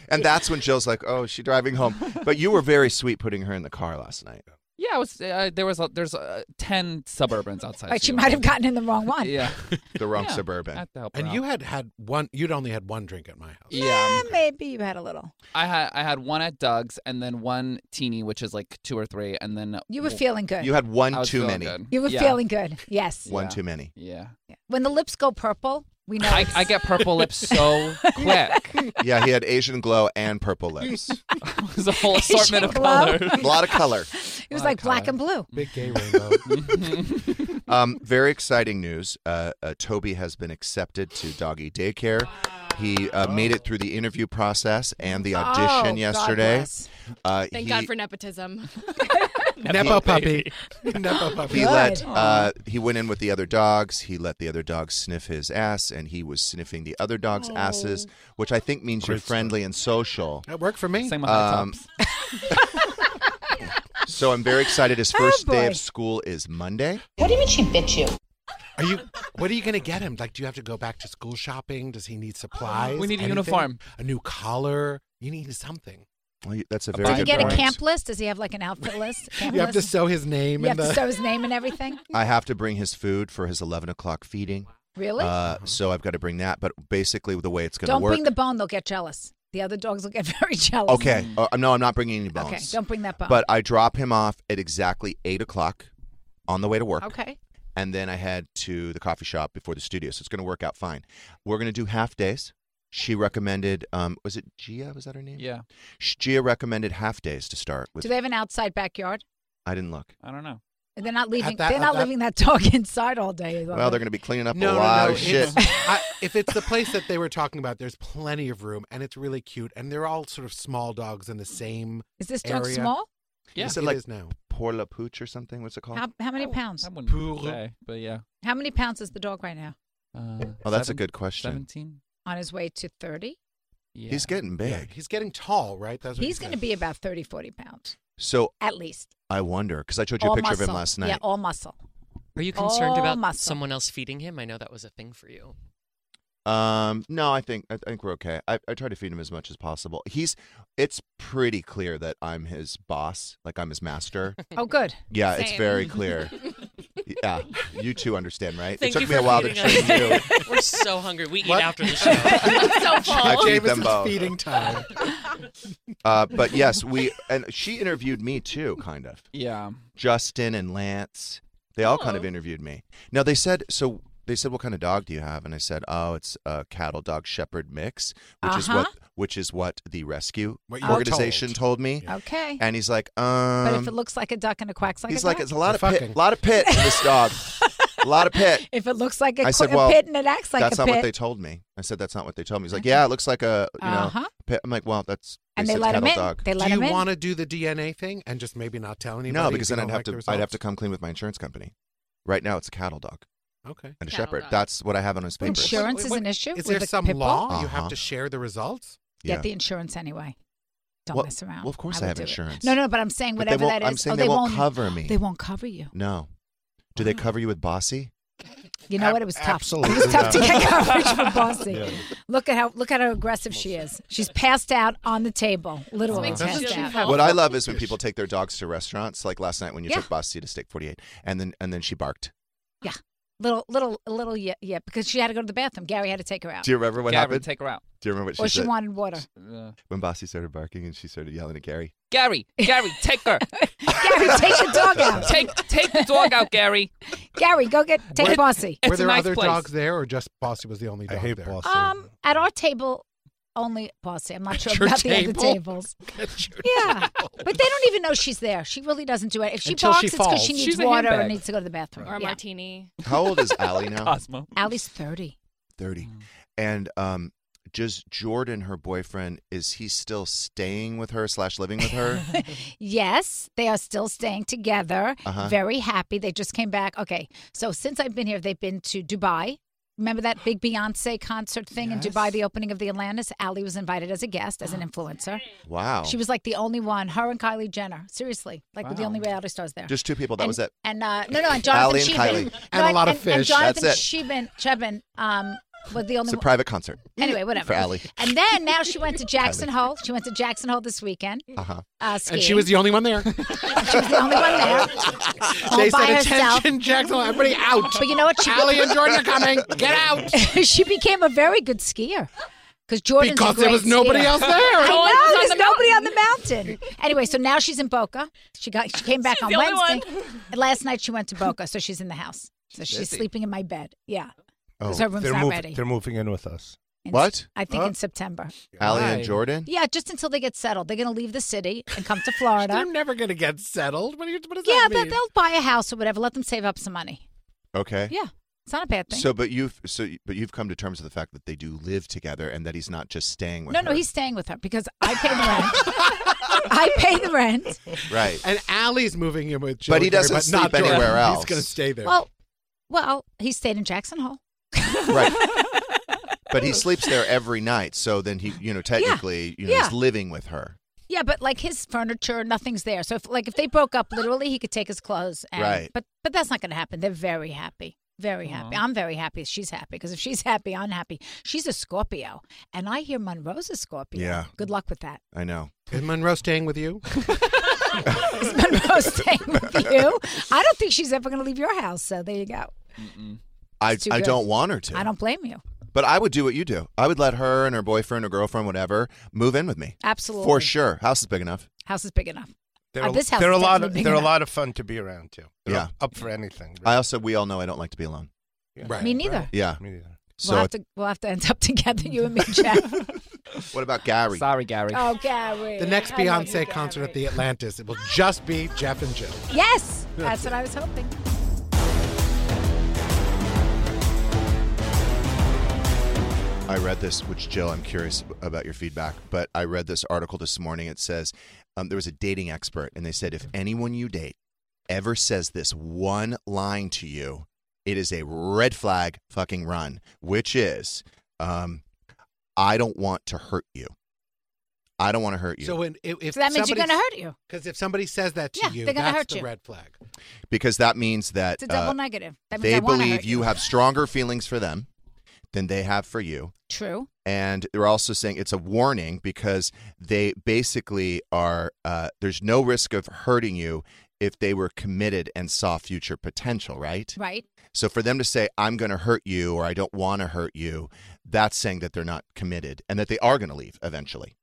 Speaker 2: and that's when Jill's like, "Oh, she's driving home." But you were very sweet putting her in the car last night.
Speaker 3: Yeah, it was, uh, there was a, there's uh, ten Suburbans
Speaker 4: (laughs)
Speaker 3: outside.
Speaker 4: Like she
Speaker 3: Seattle.
Speaker 4: might have gotten in the wrong one.
Speaker 3: Yeah,
Speaker 2: The wrong
Speaker 3: Yeah. I
Speaker 2: suburban.
Speaker 3: have to help her
Speaker 5: And
Speaker 3: out.
Speaker 5: you had had one. You'd only had one drink at my house.
Speaker 3: Yeah,
Speaker 4: Yeah,
Speaker 3: I'm-
Speaker 4: Eh, maybe you had a little.
Speaker 3: I had I had one at Doug's and then one teeny, which is like two or three, and then
Speaker 4: You were feeling good.
Speaker 2: You
Speaker 4: You,
Speaker 2: had
Speaker 3: I
Speaker 2: one
Speaker 3: was
Speaker 2: too
Speaker 3: feeling
Speaker 2: many.
Speaker 3: good.
Speaker 4: were
Speaker 3: Yeah.
Speaker 4: feeling good. Yes.
Speaker 2: One
Speaker 3: Yeah.
Speaker 2: too many.
Speaker 3: Yeah,
Speaker 4: When the lips go purple, we know.
Speaker 3: I,
Speaker 4: it's-
Speaker 3: I get purple lips
Speaker 4: (laughs)
Speaker 3: so quick.
Speaker 2: Yeah, he had Asian glow and purple
Speaker 3: (laughs)
Speaker 2: lips.
Speaker 3: It was a whole assortment of
Speaker 4: Asian glow.
Speaker 3: colors.
Speaker 2: A lot of color.
Speaker 4: it was like black and blue.
Speaker 5: Big gay
Speaker 3: (laughs)
Speaker 5: rainbow.
Speaker 2: Um, very exciting news. Uh, uh, Toby has been accepted to doggy daycare. He uh, made it through the interview process and the
Speaker 4: Oh,
Speaker 2: audition
Speaker 4: God
Speaker 2: yesterday.
Speaker 4: bless.
Speaker 2: Uh,
Speaker 7: Thank
Speaker 2: he,
Speaker 7: God for nepotism.
Speaker 5: Nepo puppy. Nepo
Speaker 6: (laughs)
Speaker 5: puppy.
Speaker 2: He
Speaker 4: Good.
Speaker 2: let uh, he went in with the other dogs. He let the other dogs sniff his ass, and he was sniffing the other dogs'
Speaker 4: Oh.
Speaker 2: asses, which I think means you're
Speaker 6: Great
Speaker 2: friendly and social.
Speaker 5: That worked for me.
Speaker 3: Same with high
Speaker 2: Um,
Speaker 3: tops.
Speaker 2: So I'm very
Speaker 4: (laughs)
Speaker 2: excited. His first day
Speaker 4: boy.
Speaker 2: of school is Monday.
Speaker 5: Are you? What are you gonna get him? Like, do you have to go back to school shopping? Does he need supplies?
Speaker 3: We need a
Speaker 5: Anything?
Speaker 3: uniform.
Speaker 5: A new collar. You need something.
Speaker 2: Well, you- that's a
Speaker 3: Does
Speaker 2: very
Speaker 4: Does
Speaker 3: Very
Speaker 4: he
Speaker 2: good
Speaker 4: get a
Speaker 2: point.
Speaker 4: camp list? Does he have like an
Speaker 2: (laughs)
Speaker 4: outfit list? Camp
Speaker 5: You have to
Speaker 4: list?
Speaker 5: sew his name.
Speaker 4: you have
Speaker 5: in the...
Speaker 4: to
Speaker 5: (laughs)
Speaker 4: sew his name and everything.
Speaker 2: I have to bring his food for his 11 o'clock feeding.
Speaker 4: Really? Uh-huh.
Speaker 2: Uh, so I've got to bring that. But basically, the way it's going to
Speaker 4: don't
Speaker 2: work.
Speaker 4: bring the bone; they'll get jealous. The other dogs will get (laughs) very jealous.
Speaker 2: okay. Uh, no, I'm not bringing any bones.
Speaker 4: Okay. Don't bring that bone.
Speaker 2: But I drop him off at exactly eight o'clock on the way to work.
Speaker 4: okay.
Speaker 2: and then I head to the coffee shop before the studio. So it's going to work out fine. We're going to do half days. She recommended, um, was it Gia? Was that her name?
Speaker 3: Yeah,
Speaker 2: Sh- Gia recommended half days to start with.
Speaker 4: Do they have an outside backyard?
Speaker 2: I didn't look.
Speaker 3: I don't know.
Speaker 4: They're not leaving.
Speaker 5: that-
Speaker 4: they're
Speaker 5: at
Speaker 4: not
Speaker 5: that-
Speaker 4: leaving that dog (laughs) inside all day.
Speaker 2: Well, they're going to be cleaning up
Speaker 5: no,
Speaker 2: a
Speaker 5: no,
Speaker 2: lot
Speaker 5: no,
Speaker 2: of shit.
Speaker 5: it's- I, if it's the place that they were talking about, there's plenty of room, and it's really cute, and they're all sort of small dogs in the same.
Speaker 4: Is this dog
Speaker 5: area.
Speaker 4: small?
Speaker 3: (laughs) Yeah.
Speaker 2: Is
Speaker 5: Yes,
Speaker 2: it
Speaker 5: it
Speaker 2: like-
Speaker 5: is now.
Speaker 2: Pour la pooch or something. What's it called? Oh,
Speaker 4: How, how many pounds?
Speaker 3: I wouldn't
Speaker 5: Poodle.
Speaker 3: say, but yeah.
Speaker 4: How many pounds is the dog right now?
Speaker 3: Uh,
Speaker 2: oh, that's a
Speaker 3: seven-
Speaker 2: good question.
Speaker 3: Seventeen.
Speaker 4: On his way to thirty.
Speaker 3: Yeah.
Speaker 2: He's getting big.
Speaker 5: Yeah, he's getting tall, right? That's what
Speaker 4: He's going to
Speaker 5: to
Speaker 4: be about 30, 40 pounds
Speaker 2: So
Speaker 4: at least.
Speaker 2: I wonder because I showed you a
Speaker 4: all
Speaker 2: picture
Speaker 4: muscle.
Speaker 2: of him last night.
Speaker 4: Yeah, all muscle.
Speaker 8: Are you concerned
Speaker 4: All
Speaker 8: about
Speaker 4: muscle.
Speaker 8: someone else feeding him? I know that was a thing for you.
Speaker 2: Um, no, I think I think we're okay. I, I try to feed him as much as possible. He's. It's pretty clear that I'm his boss. Like I'm his master.
Speaker 4: Oh, good.
Speaker 2: Yeah, it's
Speaker 7: Same.
Speaker 2: very clear. yeah, you two understand, right?
Speaker 8: Thank
Speaker 2: it
Speaker 8: you
Speaker 2: took me a
Speaker 8: for
Speaker 2: while to
Speaker 8: feeding us.
Speaker 2: train you.
Speaker 5: (laughs)
Speaker 8: (laughs) We're so hungry. We eat
Speaker 5: What?
Speaker 8: after
Speaker 2: (laughs)
Speaker 8: the show.
Speaker 7: so
Speaker 2: I
Speaker 7: full.
Speaker 2: feed them
Speaker 5: Davis's
Speaker 2: both.
Speaker 5: feeding time.
Speaker 2: (laughs) Uh, but yes, we and she interviewed me too, kind of.
Speaker 3: Yeah.
Speaker 2: Justin and Lance, they all kind of
Speaker 7: Oh.
Speaker 2: interviewed me. Now they said so. They said, "What kind of dog do you have?" And I said, "Oh, it's a cattle dog shepherd mix, which is
Speaker 4: Uh-huh.
Speaker 2: what which is what the rescue
Speaker 5: What you were
Speaker 2: organization
Speaker 5: told.
Speaker 2: told me."
Speaker 4: Okay.
Speaker 2: And he's like,
Speaker 4: but if it
Speaker 2: "Um,"
Speaker 4: looks like a duck and it quacks like
Speaker 2: he's
Speaker 4: a
Speaker 2: like,
Speaker 4: duck,
Speaker 2: "It's a lot of (laughs)
Speaker 5: They're
Speaker 2: pit,
Speaker 5: fucking.
Speaker 2: a lot of pit in this dog, a lot of
Speaker 5: (laughs)
Speaker 2: pit."
Speaker 4: (laughs) if it looks like a,
Speaker 2: I
Speaker 4: qu-
Speaker 2: said,
Speaker 4: a
Speaker 2: well,
Speaker 4: pit and it acts like
Speaker 2: that's
Speaker 4: a
Speaker 2: not
Speaker 4: pit,
Speaker 2: what they told me. I said that's not what they told me. He's like, yeah, it looks like a you know.
Speaker 4: Uh-huh.
Speaker 2: pit." I'm like, well, that's
Speaker 4: and they
Speaker 2: said
Speaker 4: let him
Speaker 2: cattle
Speaker 4: in.
Speaker 2: dog.
Speaker 4: They let
Speaker 5: do
Speaker 4: him
Speaker 5: you
Speaker 4: in.
Speaker 5: want to do the DNA thing and just maybe not tell anybody?
Speaker 2: no,
Speaker 5: if
Speaker 2: because
Speaker 5: you
Speaker 2: then I'd
Speaker 5: don't
Speaker 2: have
Speaker 5: like
Speaker 2: to.
Speaker 5: the
Speaker 2: I'd have to
Speaker 5: results?
Speaker 2: come clean with my insurance company. Right now, it's a cattle dog
Speaker 5: Okay.
Speaker 2: and a
Speaker 7: Cattle
Speaker 2: shepherd.
Speaker 7: dog.
Speaker 2: That's what I have on his papers.
Speaker 4: Insurance
Speaker 5: Wait,
Speaker 4: is
Speaker 5: wait,
Speaker 4: an issue.
Speaker 5: Is
Speaker 4: with
Speaker 5: there
Speaker 4: a
Speaker 5: some
Speaker 4: pit bull?
Speaker 5: law you
Speaker 2: Uh-huh.
Speaker 5: have to share the results?
Speaker 2: Yeah.
Speaker 4: Get the insurance anyway. Don't
Speaker 2: Well-
Speaker 4: mess around.
Speaker 2: well, of course I
Speaker 4: would
Speaker 2: have
Speaker 4: do it.
Speaker 2: insurance.
Speaker 4: No, no, but I'm saying
Speaker 2: But they
Speaker 4: whatever
Speaker 2: won't-
Speaker 4: that is,
Speaker 2: I'm saying
Speaker 4: oh,
Speaker 2: they
Speaker 4: they
Speaker 2: won't
Speaker 4: won't
Speaker 2: cover me.
Speaker 4: They won't cover you.
Speaker 2: no. Do they cover you with bossy?
Speaker 4: You know
Speaker 6: Ab-
Speaker 4: what? It was tough.
Speaker 6: absolutely
Speaker 4: It was tough to
Speaker 6: not.
Speaker 4: get coverage for Bossy.
Speaker 6: Yeah.
Speaker 4: Look at how look at how aggressive she is. She's passed out on the table, literally
Speaker 7: Makes me
Speaker 4: passed
Speaker 7: feel
Speaker 4: out.
Speaker 7: awful.
Speaker 2: What I love is when people take their dogs to restaurants. Like last night when you
Speaker 4: Yeah.
Speaker 2: took bossy to Steak 48, and then and then she barked.
Speaker 4: Little little little yeah, yeah, because she had to go to the bathroom. Gary had to take her out,
Speaker 2: Do you remember what
Speaker 3: Gary,
Speaker 2: happened?
Speaker 3: take her out.
Speaker 2: Do you remember what she
Speaker 4: or she
Speaker 2: said
Speaker 4: wanted water.
Speaker 3: Uh,
Speaker 2: when bossy started barking and she started yelling at Gary?
Speaker 3: Gary, Gary, take
Speaker 2: (laughs)
Speaker 3: her.
Speaker 4: Gary, take the dog
Speaker 3: (laughs)
Speaker 4: out.
Speaker 3: Take take the dog out, Gary.
Speaker 4: Gary, go get take Bossy.
Speaker 3: It's
Speaker 5: Were
Speaker 3: a
Speaker 5: there
Speaker 3: nice
Speaker 5: other
Speaker 3: place.
Speaker 5: dogs there, or just Bossy was the only
Speaker 6: I
Speaker 5: dog
Speaker 6: hate
Speaker 5: there?
Speaker 6: Boston.
Speaker 4: Um, at our table, only Bossy. I'm not sure
Speaker 5: your
Speaker 4: about the
Speaker 5: table?
Speaker 4: other tables. Yeah, but they don't even know she's there. She really doesn't do it. If she
Speaker 5: Until
Speaker 4: barks,
Speaker 5: she
Speaker 4: it's because
Speaker 5: falls.
Speaker 4: she needs
Speaker 3: She's a
Speaker 4: water or
Speaker 3: handbag.
Speaker 4: needs to go to the bathroom.
Speaker 7: or a
Speaker 4: Yeah.
Speaker 7: martini.
Speaker 2: How old is
Speaker 5: (laughs)
Speaker 2: Allie now?
Speaker 3: Cosmo.
Speaker 4: Allie's thirty.
Speaker 2: 30.
Speaker 4: Mm.
Speaker 2: And um, does Jordan, her boyfriend, is he still staying with her slash living
Speaker 4: (laughs)
Speaker 2: with her?
Speaker 4: Yes, they are still staying together.
Speaker 2: Uh-huh.
Speaker 4: Very happy. They just came back. Okay, so since I've been here, they've been to Dubai. Remember that big Beyonce concert thing in Dubai, the opening of the Atlantis? Allie was invited as a guest, as an
Speaker 2: Oh,
Speaker 4: influencer.
Speaker 2: wow.
Speaker 4: She was like the only one, her and Kylie Jenner. Seriously, like were the
Speaker 3: Wow.
Speaker 4: only reality stars there.
Speaker 2: Just two people. That
Speaker 4: and,
Speaker 2: was it.
Speaker 4: And uh, no,
Speaker 2: (laughs)
Speaker 4: no, and
Speaker 2: Ally
Speaker 4: Jonathan
Speaker 2: and
Speaker 4: Sheehan.
Speaker 2: Kylie.
Speaker 4: No,
Speaker 5: And a lot of
Speaker 4: And,
Speaker 5: fish.
Speaker 4: Jonathan
Speaker 2: That's it.
Speaker 4: Sheehan, Chebin, um, was the only
Speaker 2: It's a
Speaker 4: one.
Speaker 2: private concert.
Speaker 4: Anyway, whatever.
Speaker 2: For Ally.
Speaker 4: And then now she
Speaker 2: (laughs)
Speaker 4: went to Jackson Hole. She went to Jackson Hole this weekend.
Speaker 2: Uh-huh.
Speaker 4: Uh, skiing.
Speaker 5: And she was the only
Speaker 4: (laughs)
Speaker 5: one there.
Speaker 4: She was the only one there.
Speaker 2: (laughs)
Speaker 4: all
Speaker 5: they
Speaker 4: by
Speaker 5: said,
Speaker 4: herself.
Speaker 5: attention, Jackson, everybody out.
Speaker 4: (laughs) But you know what? She,
Speaker 5: Allie and Jordan
Speaker 4: (laughs)
Speaker 5: are coming. Get out.
Speaker 4: she became a very good skier. Because Jordan's a
Speaker 5: Because there
Speaker 4: great
Speaker 5: was nobody
Speaker 4: skier.
Speaker 5: else there.
Speaker 4: I
Speaker 7: No one
Speaker 4: know,
Speaker 7: was on
Speaker 4: there's
Speaker 7: the
Speaker 4: nobody on the mountain. Anyway, so now she's in Boca. She got she came back
Speaker 7: She's
Speaker 4: on
Speaker 7: the only
Speaker 4: Wednesday. And Last night she went to Boca, so she's in the house. So she's,
Speaker 3: busy.
Speaker 4: sleeping in my bed. Yeah.
Speaker 2: Oh,
Speaker 4: So her room's
Speaker 6: they're
Speaker 4: not
Speaker 6: moving.
Speaker 4: ready.
Speaker 6: They're moving in with us.
Speaker 4: In-
Speaker 2: What?
Speaker 4: I think
Speaker 6: Huh?
Speaker 4: in September.
Speaker 2: Allie
Speaker 3: Why?
Speaker 2: and Jordan?
Speaker 4: Yeah, just until they get settled. They're going to leave the city and come
Speaker 5: (laughs)
Speaker 4: to Florida.
Speaker 5: They're never going to get settled. What, do you, what does
Speaker 4: yeah,
Speaker 5: that
Speaker 4: they'll,
Speaker 5: mean?
Speaker 4: they'll buy a house or whatever. Let them save up some money.
Speaker 2: Okay.
Speaker 4: Yeah, it's not a bad thing.
Speaker 2: So, but you've so, you- but you've come to terms with the fact that they do live together, and that he's not just staying with
Speaker 4: no,
Speaker 2: her.
Speaker 4: no, he's staying with her because I pay the rent.
Speaker 5: (laughs)
Speaker 4: I pay the rent. (laughs)
Speaker 2: right.
Speaker 5: And Allie's moving in with
Speaker 2: But
Speaker 5: Jordan.
Speaker 2: he doesn't sleep
Speaker 5: not Jordan.
Speaker 2: anywhere else.
Speaker 5: He's going to stay there.
Speaker 4: Well, well, he stayed in Jackson Hole.
Speaker 2: right. But
Speaker 4: (laughs)
Speaker 2: he sleeps there every night, so then he, you know, technically, you know,
Speaker 4: Yeah.
Speaker 2: he's living with her.
Speaker 4: Yeah, but like his furniture, nothing's there. So if like if they broke up, literally he could take his clothes. And,
Speaker 2: Right.
Speaker 4: But but that's not going to happen. They're very happy. Very happy. I'm very happy. that She's happy because if she's happy, I'm happy. She's a Scorpio, and I hear Monroe's a Scorpio.
Speaker 2: Yeah.
Speaker 4: Good luck with that. (laughs)
Speaker 2: I know.
Speaker 5: Is Monroe staying with you?
Speaker 4: Is Monroe staying with you? I don't think she's ever going to leave your house. So there you go.
Speaker 2: I,
Speaker 4: It's too
Speaker 2: I
Speaker 4: good.
Speaker 2: don't want her to.
Speaker 4: I don't blame you.
Speaker 2: But I would do what you do. I would let her and her boyfriend or girlfriend, whatever, move in with me.
Speaker 4: Absolutely.
Speaker 2: For sure. House is big enough.
Speaker 4: House is big enough.
Speaker 6: They're,
Speaker 4: Uh,
Speaker 6: a-
Speaker 4: this house
Speaker 6: they're a
Speaker 4: is
Speaker 6: lot.
Speaker 4: definitely
Speaker 6: Of,
Speaker 4: big
Speaker 6: they're a
Speaker 4: enough.
Speaker 6: lot of fun to be around too. They're
Speaker 2: Yeah.
Speaker 6: up for anything.
Speaker 2: I also, we all know I don't like to be alone.
Speaker 5: Right.
Speaker 4: Me neither.
Speaker 2: Yeah.
Speaker 6: Me neither.
Speaker 2: So,
Speaker 4: we'll have to we'll have to end up (laughs) together, you and me, Jeff.
Speaker 2: (laughs) what about Gary?
Speaker 3: Sorry, Gary.
Speaker 4: oh, Gary.
Speaker 5: The next
Speaker 4: I love you,
Speaker 5: Beyonce concert
Speaker 4: Gary.
Speaker 5: at the Atlantis, it will just be Jeff and Jill.
Speaker 4: Yes, that's what I was hoping.
Speaker 2: I read this, which Jill, I'm curious about your feedback, but I read this article this morning. It says um, there was a dating expert, and they said if anyone you date ever says this one line to you, it is a red flag fucking run, which is, um, I don't want to hurt you. I don't want to hurt you.
Speaker 5: So when if, if
Speaker 4: So that means you're going
Speaker 5: somebody-
Speaker 4: to hurt you.
Speaker 5: Because if somebody says that to
Speaker 4: Yeah,
Speaker 5: you,
Speaker 4: they're gonna
Speaker 5: that's
Speaker 4: hurt
Speaker 5: the
Speaker 4: you.
Speaker 5: red flag.
Speaker 2: because that means that
Speaker 4: It's a double
Speaker 2: uh,
Speaker 4: negative. That means
Speaker 2: they
Speaker 4: I wanna
Speaker 2: believe
Speaker 4: hurt
Speaker 2: you have stronger feelings for them than they have for you.
Speaker 4: True.
Speaker 2: and they're also saying it's a warning because they basically are uh, there's no risk of hurting you if they were committed and saw future potential right
Speaker 4: Right.
Speaker 2: so for them to say i'm going to hurt you or i don't want to hurt you that's saying that they're not committed and that they are going to leave eventually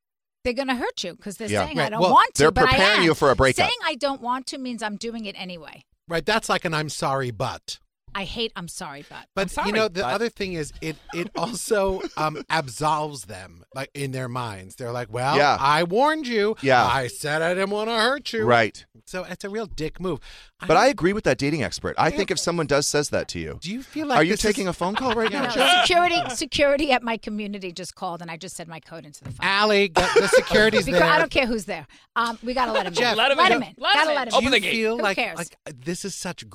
Speaker 4: They're going to hurt you because they're
Speaker 2: Yeah.
Speaker 4: saying I
Speaker 5: Right,
Speaker 4: don't
Speaker 5: well,
Speaker 4: want to.
Speaker 2: they're
Speaker 4: but I
Speaker 2: preparing
Speaker 4: am.
Speaker 2: you for a breakup.
Speaker 4: Saying I don't want to means I'm doing it anyway.
Speaker 5: Right. That's like an I'm sorry, but.
Speaker 4: I hate. I'm sorry, but
Speaker 5: But
Speaker 3: I'm
Speaker 5: you know
Speaker 3: sorry,
Speaker 5: the
Speaker 3: but-
Speaker 5: other thing is it
Speaker 2: (laughs)
Speaker 5: it also um absolves them like in their minds. They're like, "Well,
Speaker 2: Yeah.
Speaker 5: I warned you.
Speaker 2: Yeah.
Speaker 5: I said I didn't want to hurt you."
Speaker 2: right
Speaker 5: So it's a real dick move.
Speaker 2: but i
Speaker 5: don't-
Speaker 2: agree with that dating expert i think if someone does says that to you
Speaker 5: do you feel like
Speaker 2: are you
Speaker 5: this is-
Speaker 2: taking a phone call right now
Speaker 4: No,
Speaker 2: Jeff?
Speaker 4: security. Security at my community just called, and I just said my code into the phone.
Speaker 5: (laughs) Allie, get the security's
Speaker 4: because
Speaker 5: there.
Speaker 4: I don't care who's there. Um, we gotta let him
Speaker 5: Jeff,
Speaker 4: in.
Speaker 5: Let him
Speaker 4: let
Speaker 5: in.
Speaker 4: him in. Gotta let him
Speaker 5: Do
Speaker 4: in.
Speaker 5: you feel
Speaker 4: Who
Speaker 5: like,
Speaker 4: cares?
Speaker 5: like uh, this is such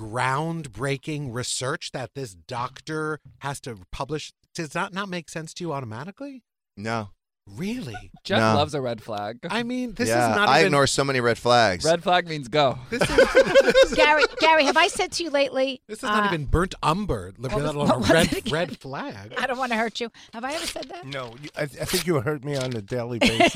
Speaker 5: groundbreaking research that this doctor has to publish? Does that not make sense to you automatically?
Speaker 2: no
Speaker 5: Really?
Speaker 3: Jeff
Speaker 2: No.
Speaker 3: loves a red flag.
Speaker 5: I mean, this
Speaker 2: yeah
Speaker 5: is not
Speaker 2: i
Speaker 5: even.
Speaker 2: ignore so many red flags
Speaker 3: Red flag means go.
Speaker 5: This is,
Speaker 4: Gary, Gary, have I said to you lately?
Speaker 5: this is not
Speaker 4: uh,
Speaker 5: even burnt umber. Let
Speaker 4: what was-
Speaker 5: alone
Speaker 4: what
Speaker 5: a
Speaker 4: was it
Speaker 5: red
Speaker 4: again?
Speaker 5: red
Speaker 3: (laughs)
Speaker 5: flag. (laughs)
Speaker 4: I don't want to hurt you. Have I ever said that?
Speaker 6: No, you, I, I think you hurt me on a daily basis,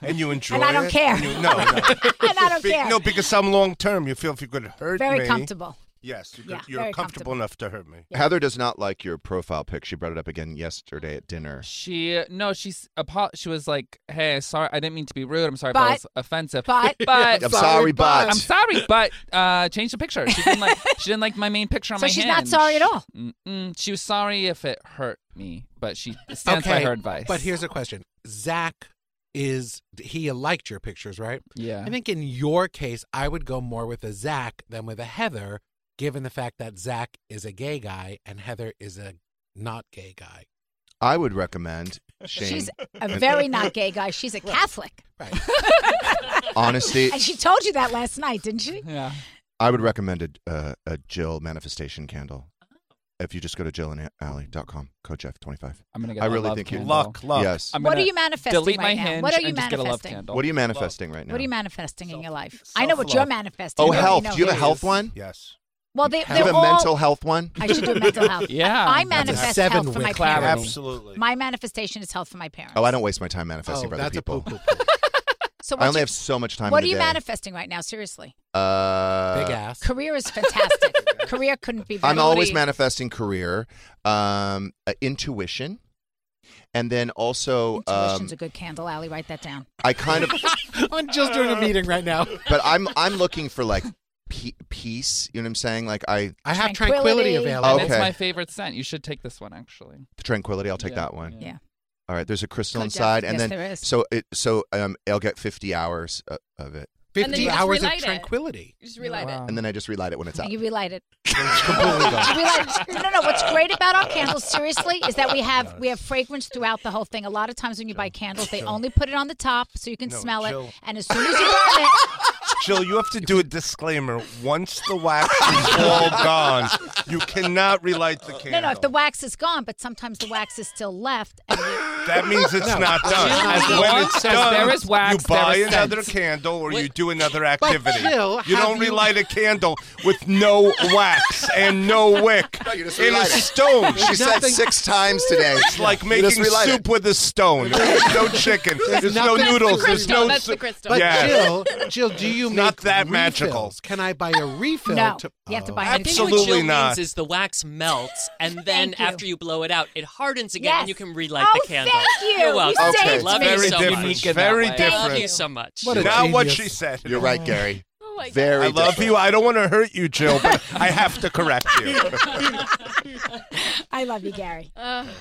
Speaker 6: and you
Speaker 4: (laughs)
Speaker 6: enjoy.
Speaker 4: And I don't
Speaker 6: it,
Speaker 4: care.
Speaker 6: and you- no,
Speaker 4: and
Speaker 6: no.
Speaker 4: (laughs) I don't
Speaker 6: Be-
Speaker 4: care.
Speaker 6: No, because I'm long term. You feel if you could hurt
Speaker 4: Very
Speaker 6: me,
Speaker 4: comfortable.
Speaker 6: Yes, you could,
Speaker 4: Yeah,
Speaker 6: you're
Speaker 4: very
Speaker 6: comfortable, enough to hurt me.
Speaker 4: Yeah.
Speaker 2: Heather does not like your profile pic. She brought it up again yesterday at dinner.
Speaker 3: She no, she's apo- she was like, "Hey, sorry, I didn't mean to be rude. I'm sorry,
Speaker 4: But-
Speaker 3: but, it's offensive. (laughs)
Speaker 4: but-
Speaker 3: but
Speaker 2: I'm sorry, but.
Speaker 3: I'm sorry, but uh, change the picture. She didn't like she didn't like my main picture on
Speaker 4: So
Speaker 3: my
Speaker 4: she's not
Speaker 3: hand.
Speaker 4: sorry at all?
Speaker 3: Mm-mm. She was sorry if it hurt me, but she stands by her advice.
Speaker 5: But here's a question: Zach is he liked your pictures, right?
Speaker 3: yeah,
Speaker 5: I think in your case, I would go more with a Zach than with a Heather, given the fact that Zach is a gay guy and Heather is a not gay guy.
Speaker 2: I would recommend
Speaker 4: (laughs)
Speaker 2: Shane.
Speaker 4: She's a very not gay guy. She's a Catholic.
Speaker 2: (laughs)
Speaker 5: Right.
Speaker 4: (laughs)
Speaker 2: honesty.
Speaker 4: And she told you that last night, didn't she?
Speaker 3: yeah.
Speaker 2: I would recommend a, uh, a Jill manifestation candle.
Speaker 4: Oh.
Speaker 2: If you just go to jillandalley.com, code Jeff twenty five.
Speaker 3: I'm gonna get.
Speaker 2: I
Speaker 3: that
Speaker 2: really
Speaker 3: love
Speaker 2: think you-
Speaker 3: candle.
Speaker 6: Luck, luck.
Speaker 2: Yes.
Speaker 3: I'm
Speaker 4: what are
Speaker 3: gonna
Speaker 4: you manifesting
Speaker 3: Delete my
Speaker 4: right now?
Speaker 3: hinge
Speaker 4: What are you
Speaker 3: and just get a love
Speaker 4: manifesting?
Speaker 3: candle.
Speaker 2: What are you manifesting right now?
Speaker 4: What are you manifesting in your life?
Speaker 6: Self-
Speaker 4: I know what you're
Speaker 6: self-love.
Speaker 4: manifesting.
Speaker 2: Oh,
Speaker 4: I already
Speaker 2: health.
Speaker 4: know
Speaker 2: Do you have a
Speaker 4: his.
Speaker 2: health one?
Speaker 6: Yes.
Speaker 4: Well, they,
Speaker 2: Do you
Speaker 4: they're
Speaker 2: have a
Speaker 4: all.
Speaker 2: mental
Speaker 4: (laughs)
Speaker 2: health one?
Speaker 4: I should do mental health.
Speaker 3: (laughs) Yeah.
Speaker 4: I
Speaker 3: That's a
Speaker 4: manifest
Speaker 5: seven
Speaker 4: health for
Speaker 5: with
Speaker 4: my
Speaker 3: clarity.
Speaker 4: parents.
Speaker 6: Absolutely.
Speaker 4: My manifestation is health for my parents.
Speaker 2: Oh, I don't waste my time manifesting
Speaker 5: Oh,
Speaker 2: for other
Speaker 5: that's a
Speaker 2: people.
Speaker 5: poo
Speaker 2: (laughs)
Speaker 5: poo poo.
Speaker 4: So
Speaker 2: I
Speaker 4: what's
Speaker 2: only
Speaker 4: your-
Speaker 2: have so much time.
Speaker 4: What
Speaker 2: in
Speaker 4: are
Speaker 2: a
Speaker 4: you
Speaker 2: day.
Speaker 4: manifesting right now? Seriously,
Speaker 2: Uh,
Speaker 5: Big ass.
Speaker 4: career is fantastic. career couldn't be better.
Speaker 2: I'm always
Speaker 4: What are you-
Speaker 2: manifesting career, um, uh, intuition, and then also um,
Speaker 4: Intuition's a good candle, Allie. Write that down.
Speaker 2: I
Speaker 4: (laughs)
Speaker 2: kind of.
Speaker 5: I'm just doing a meeting right now.
Speaker 2: but I'm I'm looking for like pe- peace. You know what I'm saying? Like I
Speaker 5: I have
Speaker 4: Tranquility.
Speaker 5: tranquility
Speaker 3: And
Speaker 5: available.
Speaker 3: it's
Speaker 2: Okay.
Speaker 3: my favorite scent. You should take this one actually.
Speaker 2: the tranquility. I'll take
Speaker 3: Yeah,
Speaker 2: that one.
Speaker 4: Yeah.
Speaker 2: All right. There's a crystal
Speaker 4: Good,
Speaker 2: inside,
Speaker 4: Jeff.
Speaker 2: and
Speaker 4: Yes,
Speaker 2: then
Speaker 4: there is.
Speaker 2: so it so um I'll get 50 hours o- of it,
Speaker 7: And then
Speaker 5: 50
Speaker 7: you just
Speaker 5: hours of
Speaker 7: relight it.
Speaker 5: tranquility.
Speaker 7: You just relight it.
Speaker 2: and then I just relight it when it's out.
Speaker 4: You relight it.
Speaker 5: It's
Speaker 4: (laughs)
Speaker 5: completely gone.
Speaker 4: You relight it. No, no, no. What's great about our candles, seriously, is that we have we have fragrance throughout the whole thing. A lot of times when you buy candles, they only put it on the top so you can
Speaker 6: No,
Speaker 4: smell
Speaker 6: Jill.
Speaker 4: it. And as soon as you burn it,
Speaker 6: Jill, you have to do a disclaimer. Once the wax is
Speaker 4: (laughs)
Speaker 6: all gone, you cannot relight the candle.
Speaker 4: no, no. If the wax is gone, but sometimes the wax is still left. And you,
Speaker 6: That means it's not done.
Speaker 3: Jill,
Speaker 6: when
Speaker 3: Jill
Speaker 6: it's
Speaker 3: says
Speaker 6: done,
Speaker 3: there is wax,
Speaker 6: you
Speaker 3: there
Speaker 6: buy
Speaker 3: is
Speaker 6: another
Speaker 3: scent.
Speaker 6: candle or you do another activity.
Speaker 5: Jill,
Speaker 6: you
Speaker 5: have
Speaker 6: don't
Speaker 5: you-
Speaker 6: relight a candle with no wax and no wick.
Speaker 2: No, you just
Speaker 6: in a
Speaker 2: relight it.
Speaker 6: stone.
Speaker 2: (laughs) She
Speaker 6: She's
Speaker 2: said six times today.
Speaker 6: it's like
Speaker 2: You just
Speaker 6: making
Speaker 2: relight
Speaker 6: soup
Speaker 2: it.
Speaker 6: with a stone. There's no chicken. There's no
Speaker 5: nothing-
Speaker 6: noodles.
Speaker 7: That's the
Speaker 6: There's no.
Speaker 7: crystal. That's the
Speaker 6: soup.
Speaker 7: crystal.
Speaker 5: But
Speaker 6: Yes.
Speaker 5: Jill, Jill, do you
Speaker 6: It's
Speaker 5: make
Speaker 6: not that
Speaker 5: refills?
Speaker 6: magical.
Speaker 5: Can I buy a refill?
Speaker 4: no,
Speaker 5: to-
Speaker 4: you have to
Speaker 5: Oh.
Speaker 4: buy.
Speaker 8: I
Speaker 4: it.
Speaker 8: think
Speaker 6: Absolutely
Speaker 8: what Jill
Speaker 6: not.
Speaker 8: means is the wax melts, and then
Speaker 4: Thank you.
Speaker 8: after you blow it out, it hardens again,
Speaker 4: Yes.
Speaker 8: and you can relight
Speaker 4: Oh,
Speaker 8: the candle.
Speaker 4: thank you.
Speaker 8: You're
Speaker 4: You
Speaker 8: welcome.
Speaker 2: saved Okay. me.
Speaker 8: Love
Speaker 6: Very
Speaker 8: you so
Speaker 6: different.
Speaker 8: much.
Speaker 3: Unique in that
Speaker 6: Very
Speaker 3: way. Thank
Speaker 8: Love
Speaker 6: different.
Speaker 8: you so much.
Speaker 5: What a
Speaker 6: Not what she
Speaker 5: genius.
Speaker 6: said.
Speaker 2: You're right, Gary.
Speaker 7: Oh my God.
Speaker 2: Very.
Speaker 6: I love
Speaker 2: different.
Speaker 6: you. I don't want to hurt you, Jill, but I have to correct you.
Speaker 3: (laughs)
Speaker 4: I love you, Gary.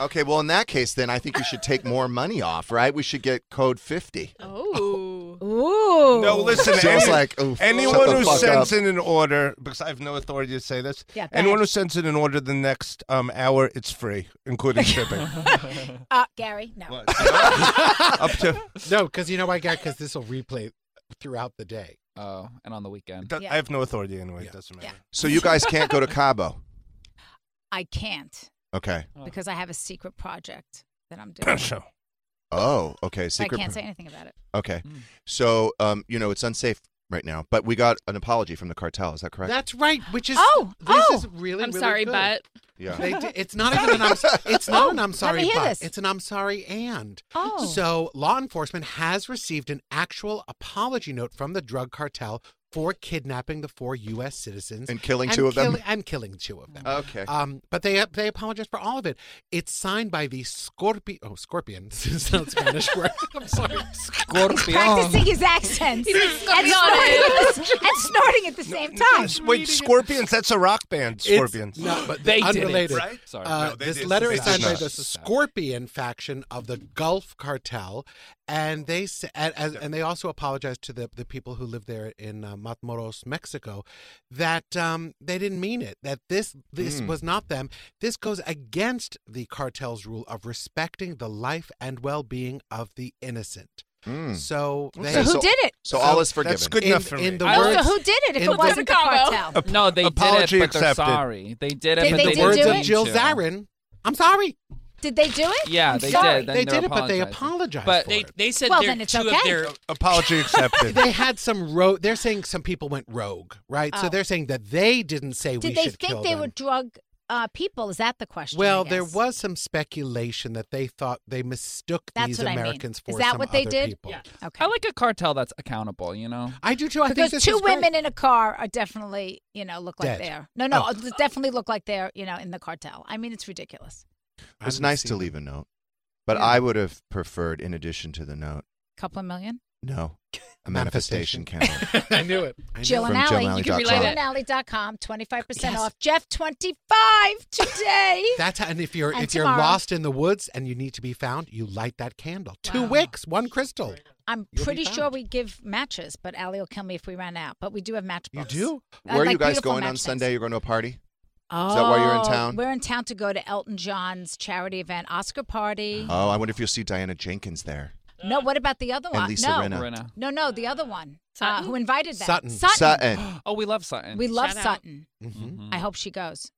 Speaker 2: Okay. Well, in that case, then I think you should take more money off. Right? We should get code 50.
Speaker 7: Oh.
Speaker 4: Ooh.
Speaker 6: No, listen.
Speaker 2: Jill's
Speaker 6: any-
Speaker 2: like, "Ooh, shut
Speaker 6: anyone
Speaker 2: the
Speaker 6: who
Speaker 2: fuck
Speaker 6: sends
Speaker 2: up."
Speaker 6: in an order, because I have no authority to say this.
Speaker 4: Yeah, go
Speaker 6: anyone
Speaker 4: ahead.
Speaker 6: who sends in an order the next um, hour, it's free,
Speaker 4: (laughs)
Speaker 6: including shipping.
Speaker 4: Uh, Gary, no.
Speaker 6: Up
Speaker 4: (laughs)
Speaker 6: to
Speaker 5: No, because you know why, Gary? Because this will replay throughout the day.
Speaker 3: Oh, and on the weekend.
Speaker 6: I have no authority anyway.
Speaker 5: Yeah.
Speaker 6: It doesn't matter.
Speaker 2: So you guys can't go to Cabo.
Speaker 4: I can't
Speaker 2: Okay.
Speaker 4: because I have a secret project that I'm
Speaker 6: (clears throat)
Speaker 4: doing.
Speaker 6: So,
Speaker 2: Oh. Okay.
Speaker 4: So I
Speaker 2: Secret.
Speaker 4: can't say anything Mm. about it.
Speaker 2: Okay. So um, you know, it's unsafe right now, but we got an apology from the cartel. Is that correct?
Speaker 5: That's right. Which is
Speaker 4: Oh,
Speaker 5: this
Speaker 4: oh.
Speaker 5: is really.
Speaker 7: I'm
Speaker 5: really
Speaker 7: sorry,
Speaker 5: good.
Speaker 7: but
Speaker 2: yeah.
Speaker 5: They d- it's not even an (laughs) I'm. s- It's not
Speaker 4: Oh,
Speaker 5: an
Speaker 4: let
Speaker 5: I'm
Speaker 4: me
Speaker 5: sorry,
Speaker 4: hear
Speaker 5: but
Speaker 4: this.
Speaker 5: it's an I'm sorry and.
Speaker 4: Oh.
Speaker 5: So law enforcement has received an actual apology note from the drug cartel for kidnapping the four U.S. citizens
Speaker 2: And killing two of them?
Speaker 5: killi- and killing two of them.
Speaker 2: Okay.
Speaker 5: Um, but they they apologize for all of it. It's signed by the Scorpion. Oh, Scorpion. (laughs) It's not a Spanish word. I'm sorry.
Speaker 4: Practicing
Speaker 3: Scorpion.
Speaker 4: his accents and, snorting
Speaker 7: "Scorpion."
Speaker 4: at the, and snorting (laughs) at the same time.
Speaker 6: wait, Scorpions? That's a rock band, Scorpions.
Speaker 5: It's, no, but
Speaker 3: They
Speaker 5: they
Speaker 3: did it,
Speaker 5: unrelated.
Speaker 6: right?
Speaker 3: Sorry.
Speaker 5: Uh,
Speaker 6: No, they
Speaker 5: this
Speaker 6: did.
Speaker 5: letter
Speaker 6: They
Speaker 5: is
Speaker 6: did
Speaker 5: signed by
Speaker 6: not.
Speaker 5: the Scorpion faction of the Gulf Cartel, and they s- and, and, and they also apologized to the, the people who live there in uh, Matamoros, Mexico, that um, they didn't mean it. That this this was not them. This goes against the cartel's rule of respecting the life and well being of the innocent. So they.
Speaker 4: So who
Speaker 2: so-
Speaker 4: did it?
Speaker 2: So all is forgiven.
Speaker 6: That's good
Speaker 5: in,
Speaker 6: enough for
Speaker 5: in
Speaker 6: me.
Speaker 5: the
Speaker 3: I
Speaker 5: words,
Speaker 4: So who did it if
Speaker 5: in
Speaker 4: it
Speaker 5: the-
Speaker 4: wasn't the
Speaker 7: Chicago.
Speaker 4: cartel?
Speaker 3: No, they did
Speaker 6: Apology
Speaker 3: it, but they're
Speaker 6: accepted.
Speaker 3: sorry. They did
Speaker 4: Did
Speaker 3: it, but
Speaker 5: in
Speaker 3: they
Speaker 5: the
Speaker 4: didn't
Speaker 5: words
Speaker 3: didn't
Speaker 5: of
Speaker 4: do it?
Speaker 5: Jill
Speaker 3: to.
Speaker 5: Zarin, I'm sorry.
Speaker 4: Did they do it?
Speaker 3: Yeah,
Speaker 4: I'm
Speaker 3: they
Speaker 4: sorry.
Speaker 3: did. Then
Speaker 5: they
Speaker 3: they're
Speaker 5: did it, but they
Speaker 3: apologizing.
Speaker 5: apologized.
Speaker 3: But
Speaker 5: for
Speaker 8: They,
Speaker 5: it.
Speaker 8: they said
Speaker 4: Well,
Speaker 8: they're
Speaker 4: then it's
Speaker 8: two
Speaker 4: okay.
Speaker 8: of their
Speaker 6: Apology
Speaker 2: (laughs)
Speaker 6: accepted.
Speaker 5: they had some rogue. They're saying some people went rogue, right? So
Speaker 4: Oh.
Speaker 5: they're saying that they didn't say we
Speaker 4: Did they
Speaker 5: should kill
Speaker 4: think they
Speaker 5: them.
Speaker 4: were drug uh, people? Is that the question? I
Speaker 5: Well, there
Speaker 4: guess?
Speaker 5: was some speculation that they thought they mistook
Speaker 4: That's
Speaker 5: these
Speaker 4: what I mean.
Speaker 5: Americans
Speaker 4: Is
Speaker 5: for
Speaker 4: that
Speaker 5: some
Speaker 4: what they
Speaker 5: other
Speaker 4: did?
Speaker 5: people.
Speaker 4: Okay.
Speaker 3: I like a cartel that's accountable, you know?
Speaker 5: I do too. I
Speaker 4: because
Speaker 5: think this
Speaker 4: two
Speaker 5: is great.
Speaker 4: women in a car are definitely, you know, look like
Speaker 5: Dead.
Speaker 4: they're no, no,
Speaker 5: Oh.
Speaker 4: definitely look like they're, you know, in the cartel. I mean, it's ridiculous.
Speaker 5: I
Speaker 2: It's
Speaker 5: haven't
Speaker 2: nice
Speaker 5: seen
Speaker 2: to
Speaker 5: it.
Speaker 2: leave a note, but
Speaker 4: Yeah.
Speaker 2: I would have preferred, in addition to the note,
Speaker 4: Couple of million.
Speaker 2: no, a manifestation candle.
Speaker 5: I knew it. I
Speaker 4: Jill
Speaker 5: knew
Speaker 4: and
Speaker 5: it.
Speaker 2: From
Speaker 4: Allie.
Speaker 2: JillAndAllie.com.
Speaker 4: You
Speaker 2: can relate it.
Speaker 4: JillAndAllie.com, twenty five percent off. Jeff twenty five today.
Speaker 5: (laughs) That's how, and if you're
Speaker 4: And
Speaker 5: if
Speaker 4: tomorrow.
Speaker 5: you're lost in the woods and you need to be found, you light that candle. Two
Speaker 4: Wow.
Speaker 5: wicks, one crystal.
Speaker 4: I'm
Speaker 5: You'll be
Speaker 4: pretty sure
Speaker 5: found.
Speaker 4: we give matches, but Allie will kill me if we run out. But we do have
Speaker 5: You
Speaker 4: matchbooks.
Speaker 5: do?
Speaker 4: I
Speaker 2: Where are
Speaker 4: like
Speaker 2: you guys
Speaker 4: beautiful
Speaker 2: going on
Speaker 4: matchsticks.
Speaker 2: Sunday? You're going to
Speaker 4: (gasps)
Speaker 2: a party?
Speaker 4: Oh,
Speaker 2: that why you're in town?
Speaker 4: We're in town to go to Elton John's charity event, Oscar party.
Speaker 2: Oh, I wonder if you'll see Diana Jenkins there.
Speaker 4: no, what about the other
Speaker 2: And
Speaker 4: one?
Speaker 2: Lisa
Speaker 4: no,
Speaker 2: Rinna.
Speaker 3: Right now.
Speaker 4: no, no, the other one. Uh,
Speaker 1: Sutton?
Speaker 4: who invited them?
Speaker 5: Sutton.
Speaker 4: (gasps)
Speaker 2: Sutton. Mm.
Speaker 3: Oh, we love Sutton.
Speaker 4: We love
Speaker 1: Shout out.
Speaker 4: Sutton.
Speaker 2: Mm-hmm.
Speaker 5: hmm
Speaker 4: I hope she goes.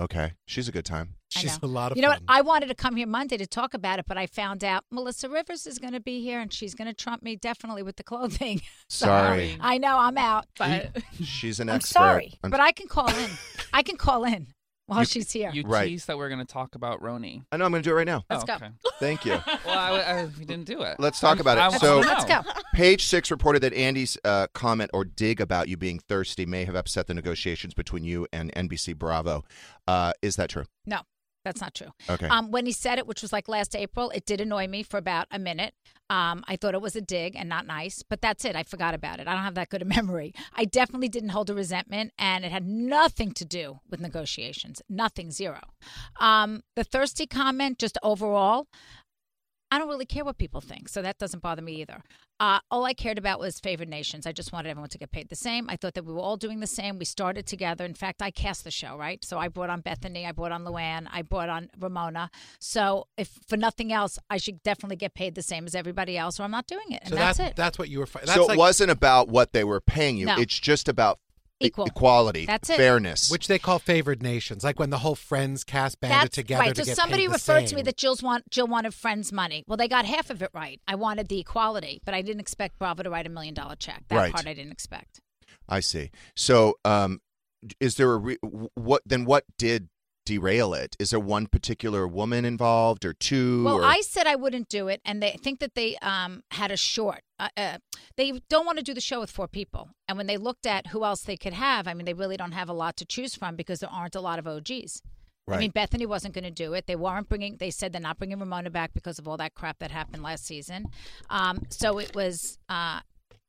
Speaker 2: Okay, she's a good time.
Speaker 4: I
Speaker 5: She's
Speaker 4: know.
Speaker 5: a lot of
Speaker 4: You know what?
Speaker 5: fun.
Speaker 4: I wanted to come here Monday to talk about it, but I found out Melissa Rivers is going to be here, and she's going to trump me definitely with the clothing. (laughs)
Speaker 2: Sorry,
Speaker 4: I know I'm out.
Speaker 1: But
Speaker 4: (laughs)
Speaker 2: she's an
Speaker 4: I'm
Speaker 2: expert.
Speaker 4: sorry,
Speaker 2: I'm-
Speaker 4: but I can call in. I can call in
Speaker 2: (laughs)
Speaker 4: while she's here.
Speaker 3: You
Speaker 2: Right.
Speaker 3: teased that we are going to talk about Roni.
Speaker 2: I know I'm going to do it right now.
Speaker 4: Let's
Speaker 3: oh,
Speaker 4: go.
Speaker 3: Okay.
Speaker 2: Thank
Speaker 4: (laughs)
Speaker 2: you.
Speaker 3: Well, I, I, we didn't do it.
Speaker 2: Let's talk about it.
Speaker 3: I wanna
Speaker 2: So-
Speaker 3: know.
Speaker 4: Let's go.
Speaker 2: Page six reported that Andy's uh, comment or dig about you being thirsty may have upset the negotiations between you and NBC Bravo. Uh, is that true?
Speaker 4: No, that's not true.
Speaker 2: Okay.
Speaker 4: Um, when he said it, which was like last April, it did annoy me for about a minute. Um, I thought it was a dig and not nice, but that's it. I forgot about it. I don't have that good a (laughs) memory. I definitely didn't hold a resentment, and it had nothing to do with negotiations. Nothing, zero. Um, the thirsty comment, just overall, I don't really care what people think, so that doesn't bother me either. Uh, all I cared about was favored nations. I just wanted everyone to get paid the same. I thought that we were all doing the same. We started together. In fact, I cast the show, right? So I brought on Bethany, I brought on Luann, I brought on Ramona. So if for nothing else, I should definitely get paid the same as everybody else, or I'm not doing it. And
Speaker 5: so
Speaker 4: that's,
Speaker 5: that-
Speaker 4: it.
Speaker 5: That's what you were. fi- That's
Speaker 2: so it
Speaker 5: like,
Speaker 2: wasn't about what they were paying you.
Speaker 4: No.
Speaker 2: It's just about e-
Speaker 4: Equal.
Speaker 2: equality,
Speaker 4: That's it.
Speaker 2: fairness.
Speaker 5: which they call favored nations, like when the whole Friends cast banded
Speaker 4: That's
Speaker 5: together
Speaker 4: right.
Speaker 5: to
Speaker 4: so
Speaker 5: get
Speaker 4: somebody
Speaker 5: paid the
Speaker 4: referred to
Speaker 5: same.
Speaker 4: me that Jill's want Jill wanted friends' money. Well, they got half of it right. I wanted the equality, but I didn't expect Bravo to write a million dollar check. That
Speaker 2: Right.
Speaker 4: part I didn't expect.
Speaker 2: I see. So, um, is there a re- what? Then what did derail it? Is there one particular woman involved, or two?
Speaker 4: Well,
Speaker 2: or-
Speaker 4: I said I wouldn't do it, and they I think that they um, had a short. Uh, uh, they don't want to do the show with four people, and when they looked at who else they could have, I mean, they really don't have a lot to choose from because there aren't a lot of OGs. I
Speaker 2: Right.
Speaker 4: mean, Bethany wasn't going to do it. They weren't bringing. They said they're not bringing Ramona back because of all that crap that happened last season. Um, so it was, uh,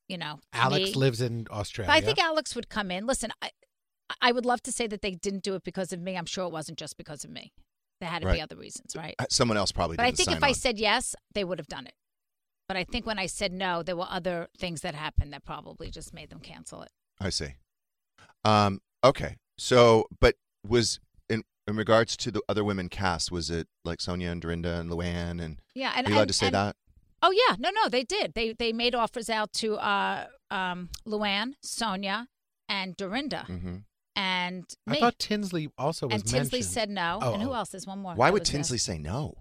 Speaker 4: you know,
Speaker 5: Alex
Speaker 4: me.
Speaker 5: lives in Australia.
Speaker 4: But I think Alex would come in. Listen, I, I would love to say that they didn't do it because of me. I'm sure it wasn't just because of me. There had to
Speaker 2: Right.
Speaker 4: be other reasons, right?
Speaker 2: someone else probably.
Speaker 4: But I
Speaker 2: didn't
Speaker 4: think if
Speaker 2: sign
Speaker 4: I
Speaker 2: on.
Speaker 4: said yes, they would have done it. But I think when I said no, there were other things that happened that probably just made them cancel it.
Speaker 2: I see. Um, okay. So, but was in in regards to the other women cast, was it like Sonia and Dorinda and Luann? And
Speaker 4: Yeah, and
Speaker 2: are you allowed
Speaker 4: and-
Speaker 2: to say
Speaker 4: and-
Speaker 2: that?
Speaker 4: Oh yeah, no, no, they did. They they made offers out to uh, um, Luann, Sonia, and Dorinda,
Speaker 2: hmm
Speaker 4: and
Speaker 5: I
Speaker 4: me.
Speaker 5: thought Tinsley also was
Speaker 4: and Tinsley
Speaker 5: mentioned.
Speaker 4: said no.
Speaker 5: Oh,
Speaker 4: and who
Speaker 5: oh.
Speaker 4: else? There's one more.
Speaker 2: Why
Speaker 4: that
Speaker 2: would
Speaker 4: was there.
Speaker 2: Tinsley say no?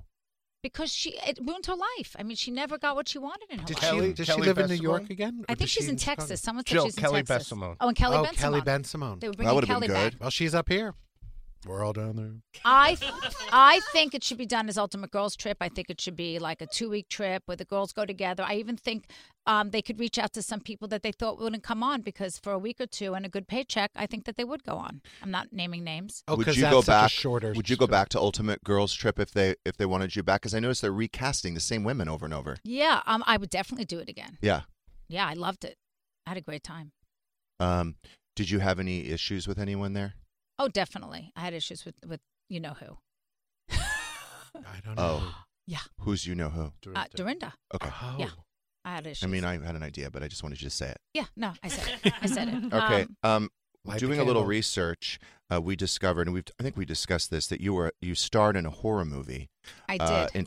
Speaker 4: Because she it ruined her life. I mean, she never got what she wanted in her
Speaker 5: Did
Speaker 4: life.
Speaker 5: she,
Speaker 6: Kelly-
Speaker 5: does
Speaker 6: Kelly
Speaker 5: she live in
Speaker 6: Bessimone?
Speaker 5: New York again?
Speaker 4: I
Speaker 5: Or
Speaker 4: think
Speaker 5: does she
Speaker 4: she's in
Speaker 5: Chicago?
Speaker 4: Texas. Someone said
Speaker 6: Jill,
Speaker 4: she's
Speaker 6: Kelly
Speaker 4: in Texas.
Speaker 6: Bessimone.
Speaker 4: Oh, and Kelly
Speaker 5: oh,
Speaker 4: Ben
Speaker 5: Kelly
Speaker 4: Simone.
Speaker 5: Ben Simone.
Speaker 4: They were
Speaker 2: That
Speaker 4: bringing
Speaker 2: would've been
Speaker 4: Kelly
Speaker 2: good.
Speaker 4: back.
Speaker 5: Well, she's up here. We're all down there.
Speaker 4: I I think it should be done as Ultimate Girls Trip. I think it should be like a two week trip where the girls go together. I even think um, they could reach out to some people that they thought wouldn't come on because for a week or two and a good paycheck, I think that they would go on. I'm not naming names.
Speaker 5: Oh,
Speaker 2: would
Speaker 5: 'cause
Speaker 2: you
Speaker 5: that's
Speaker 2: go
Speaker 5: such
Speaker 2: back?
Speaker 5: A shorter.
Speaker 2: would you go back to Ultimate Girls Trip if they if they wanted you back? Because I noticed they're recasting the same women over and over.
Speaker 4: Yeah, um, I would definitely do it again.
Speaker 2: Yeah.
Speaker 4: Yeah, I loved it. I had a great time.
Speaker 2: Um, did you have any issues with anyone there?
Speaker 4: Oh, definitely. I had issues with with you know who.
Speaker 5: I don't know.
Speaker 2: Oh,
Speaker 4: Yeah,
Speaker 2: who's you know who?
Speaker 4: uh, Dorinda.
Speaker 2: Okay.
Speaker 5: Oh.
Speaker 4: Yeah. I had issues.
Speaker 2: I mean, I had an idea, but I just wanted you to say it.
Speaker 4: yeah, no, I said it. I said it.
Speaker 2: (laughs) Okay.
Speaker 4: Um,
Speaker 2: Um,
Speaker 5: Light the
Speaker 2: doing a little
Speaker 5: candle.
Speaker 2: research, uh, we discovered, and we have I think we discussed this, that you were you starred in a horror movie
Speaker 4: I
Speaker 2: uh,
Speaker 4: did.
Speaker 2: in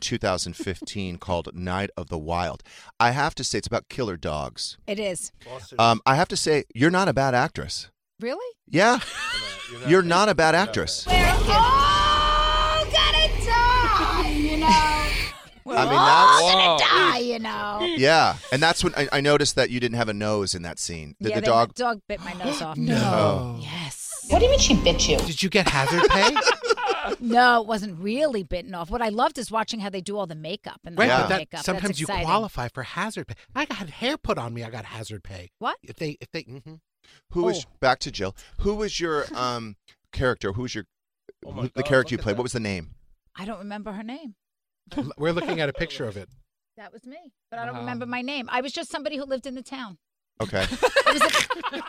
Speaker 4: (laughs)
Speaker 2: 2015 called Night of the Wild. I have to say, it's about killer dogs.
Speaker 4: it is
Speaker 2: Um, I have to say, you're not a bad actress.
Speaker 4: really.
Speaker 2: Yeah, (laughs) you're not a bad actress.
Speaker 1: we're all gonna die, you
Speaker 4: (laughs)
Speaker 1: know. We're
Speaker 2: I mean,
Speaker 1: all
Speaker 2: that's-
Speaker 1: gonna
Speaker 3: Whoa.
Speaker 1: die, you know.
Speaker 2: Yeah, and that's when I, I noticed that you didn't have a nose in that scene. The,
Speaker 4: yeah,
Speaker 2: the
Speaker 4: they-
Speaker 2: dog. Oh.
Speaker 4: dog bit my nose off.
Speaker 5: No.
Speaker 4: (gasps) Yes.
Speaker 7: What do you mean she bit you?
Speaker 5: Did you get hazard
Speaker 4: (laughs)
Speaker 5: pay?
Speaker 4: No, it wasn't really bitten off. What I loved is watching how they do all the makeup and the
Speaker 5: Right,
Speaker 2: Yeah.
Speaker 5: but
Speaker 4: makeup.
Speaker 5: that,
Speaker 4: That's
Speaker 5: sometimes you
Speaker 4: exciting.
Speaker 5: qualify for hazard pay. I had hair put on me. I got hazard pay.
Speaker 4: What?
Speaker 5: If they, if they, hmm
Speaker 2: Who was back to Jill? Who was
Speaker 4: (laughs)
Speaker 2: your um character? Who was your
Speaker 6: Oh my
Speaker 2: who- the
Speaker 6: God,
Speaker 2: character you
Speaker 6: look at
Speaker 2: played?
Speaker 6: that.
Speaker 2: What was the name?
Speaker 4: I don't remember her name.
Speaker 5: we're looking at a picture of it.
Speaker 4: That was me, but I don't
Speaker 3: Wow.
Speaker 4: remember my name. I was just somebody who lived in the town. (laughs)
Speaker 2: Okay.
Speaker 4: It was a,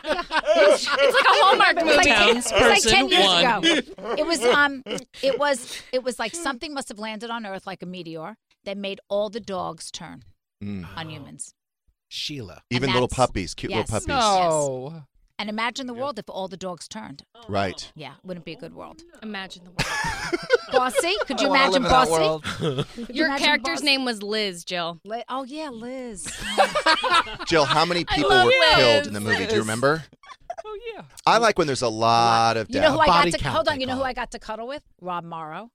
Speaker 4: yeah, it was- it's like a Hallmark
Speaker 8: Remember
Speaker 4: movie. It's like,
Speaker 8: Towns,
Speaker 4: it's like
Speaker 8: person
Speaker 4: ten years
Speaker 8: one.
Speaker 4: ago. It was um, it was it was like something must have landed on Earth like a meteor that made all the dogs turn
Speaker 2: Mm.
Speaker 4: on humans.
Speaker 5: Sheila.
Speaker 2: Even little
Speaker 4: that's-
Speaker 2: puppies, cute
Speaker 4: yes.
Speaker 2: little puppies.
Speaker 3: No.
Speaker 4: And imagine the world if all the dogs turned.
Speaker 2: Right.
Speaker 4: Yeah, it wouldn't be a good world.
Speaker 9: Imagine the world.
Speaker 4: Bossy, could
Speaker 3: I
Speaker 4: you
Speaker 3: wanna
Speaker 4: imagine
Speaker 3: live in that
Speaker 4: Bossy?
Speaker 3: world.
Speaker 4: (laughs) Could you
Speaker 9: Your
Speaker 4: imagine
Speaker 9: character's
Speaker 4: Bossy?
Speaker 9: name was Liz, Jill.
Speaker 4: Li- oh yeah, Liz.
Speaker 2: Jill, how many people
Speaker 9: love
Speaker 2: were
Speaker 9: you.
Speaker 2: killed in the movie? Do you
Speaker 3: Yes.
Speaker 2: remember?
Speaker 3: Oh yeah.
Speaker 2: I like when there's a lot of
Speaker 4: you
Speaker 2: death.
Speaker 4: know who I
Speaker 5: Body
Speaker 4: got to
Speaker 5: count,
Speaker 4: hold on.
Speaker 5: they
Speaker 4: You know who
Speaker 5: call it.
Speaker 4: I got to cuddle with? Rob Morrow.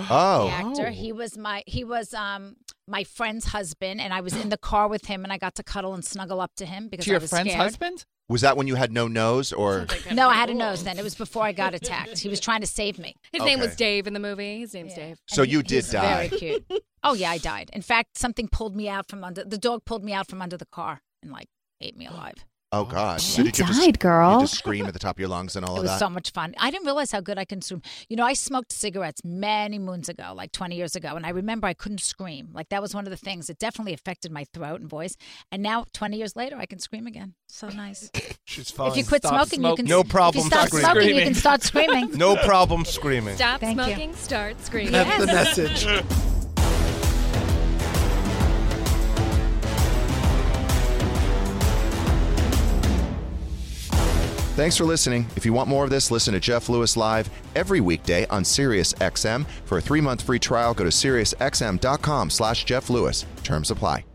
Speaker 2: oh.
Speaker 4: the actor.
Speaker 5: Oh.
Speaker 4: He was my he was um my friend's husband, and I was in the car with him, and I got to cuddle and snuggle up to him because
Speaker 3: To
Speaker 4: I
Speaker 3: your
Speaker 4: was
Speaker 3: friend's
Speaker 4: scared.
Speaker 3: husband?
Speaker 2: Was that when you had no nose or
Speaker 4: No, I had a nose then. It was before I got attacked. He was trying to save
Speaker 2: (laughs)
Speaker 4: me.
Speaker 9: His name was
Speaker 2: Okay.
Speaker 9: Dave in the movie. His name's
Speaker 4: Yeah.
Speaker 9: Dave.
Speaker 2: so
Speaker 4: And he-
Speaker 2: you did
Speaker 4: he's
Speaker 2: die.
Speaker 4: Very cute. Oh yeah, I died. In fact, something pulled me out from under the dog pulled me out from under the car and like ate me alive.
Speaker 2: Oh gosh. So did you just,
Speaker 9: died, girl.
Speaker 2: You just scream at the top of your lungs and all
Speaker 4: It
Speaker 2: of
Speaker 4: was
Speaker 2: that.
Speaker 4: so much fun. I didn't realize how good I consumed. You know, I smoked cigarettes many moons ago, like 20 years ago, and I remember I couldn't scream. Like that was one of the things. It definitely affected my throat and voice. And now, 20 years later, I can scream again. So
Speaker 6: (laughs)
Speaker 4: nice.
Speaker 6: She's fine.
Speaker 4: If you quit
Speaker 3: Stop
Speaker 4: smoking, you
Speaker 3: smoking.
Speaker 4: can
Speaker 6: No
Speaker 4: If
Speaker 6: problem
Speaker 4: you stop
Speaker 6: screaming.
Speaker 4: smoking, you can
Speaker 6: (laughs)
Speaker 4: start screaming.
Speaker 6: no problem screaming.
Speaker 9: Stop
Speaker 4: Thank you.
Speaker 9: smoking, start screaming.
Speaker 5: That's the message.
Speaker 2: Thanks for listening. If you want more of this, listen to Jeff Lewis live every weekday on SiriusXM. For a three-month free trial, go to SiriusXM.com slash Jeff Lewis. Terms apply.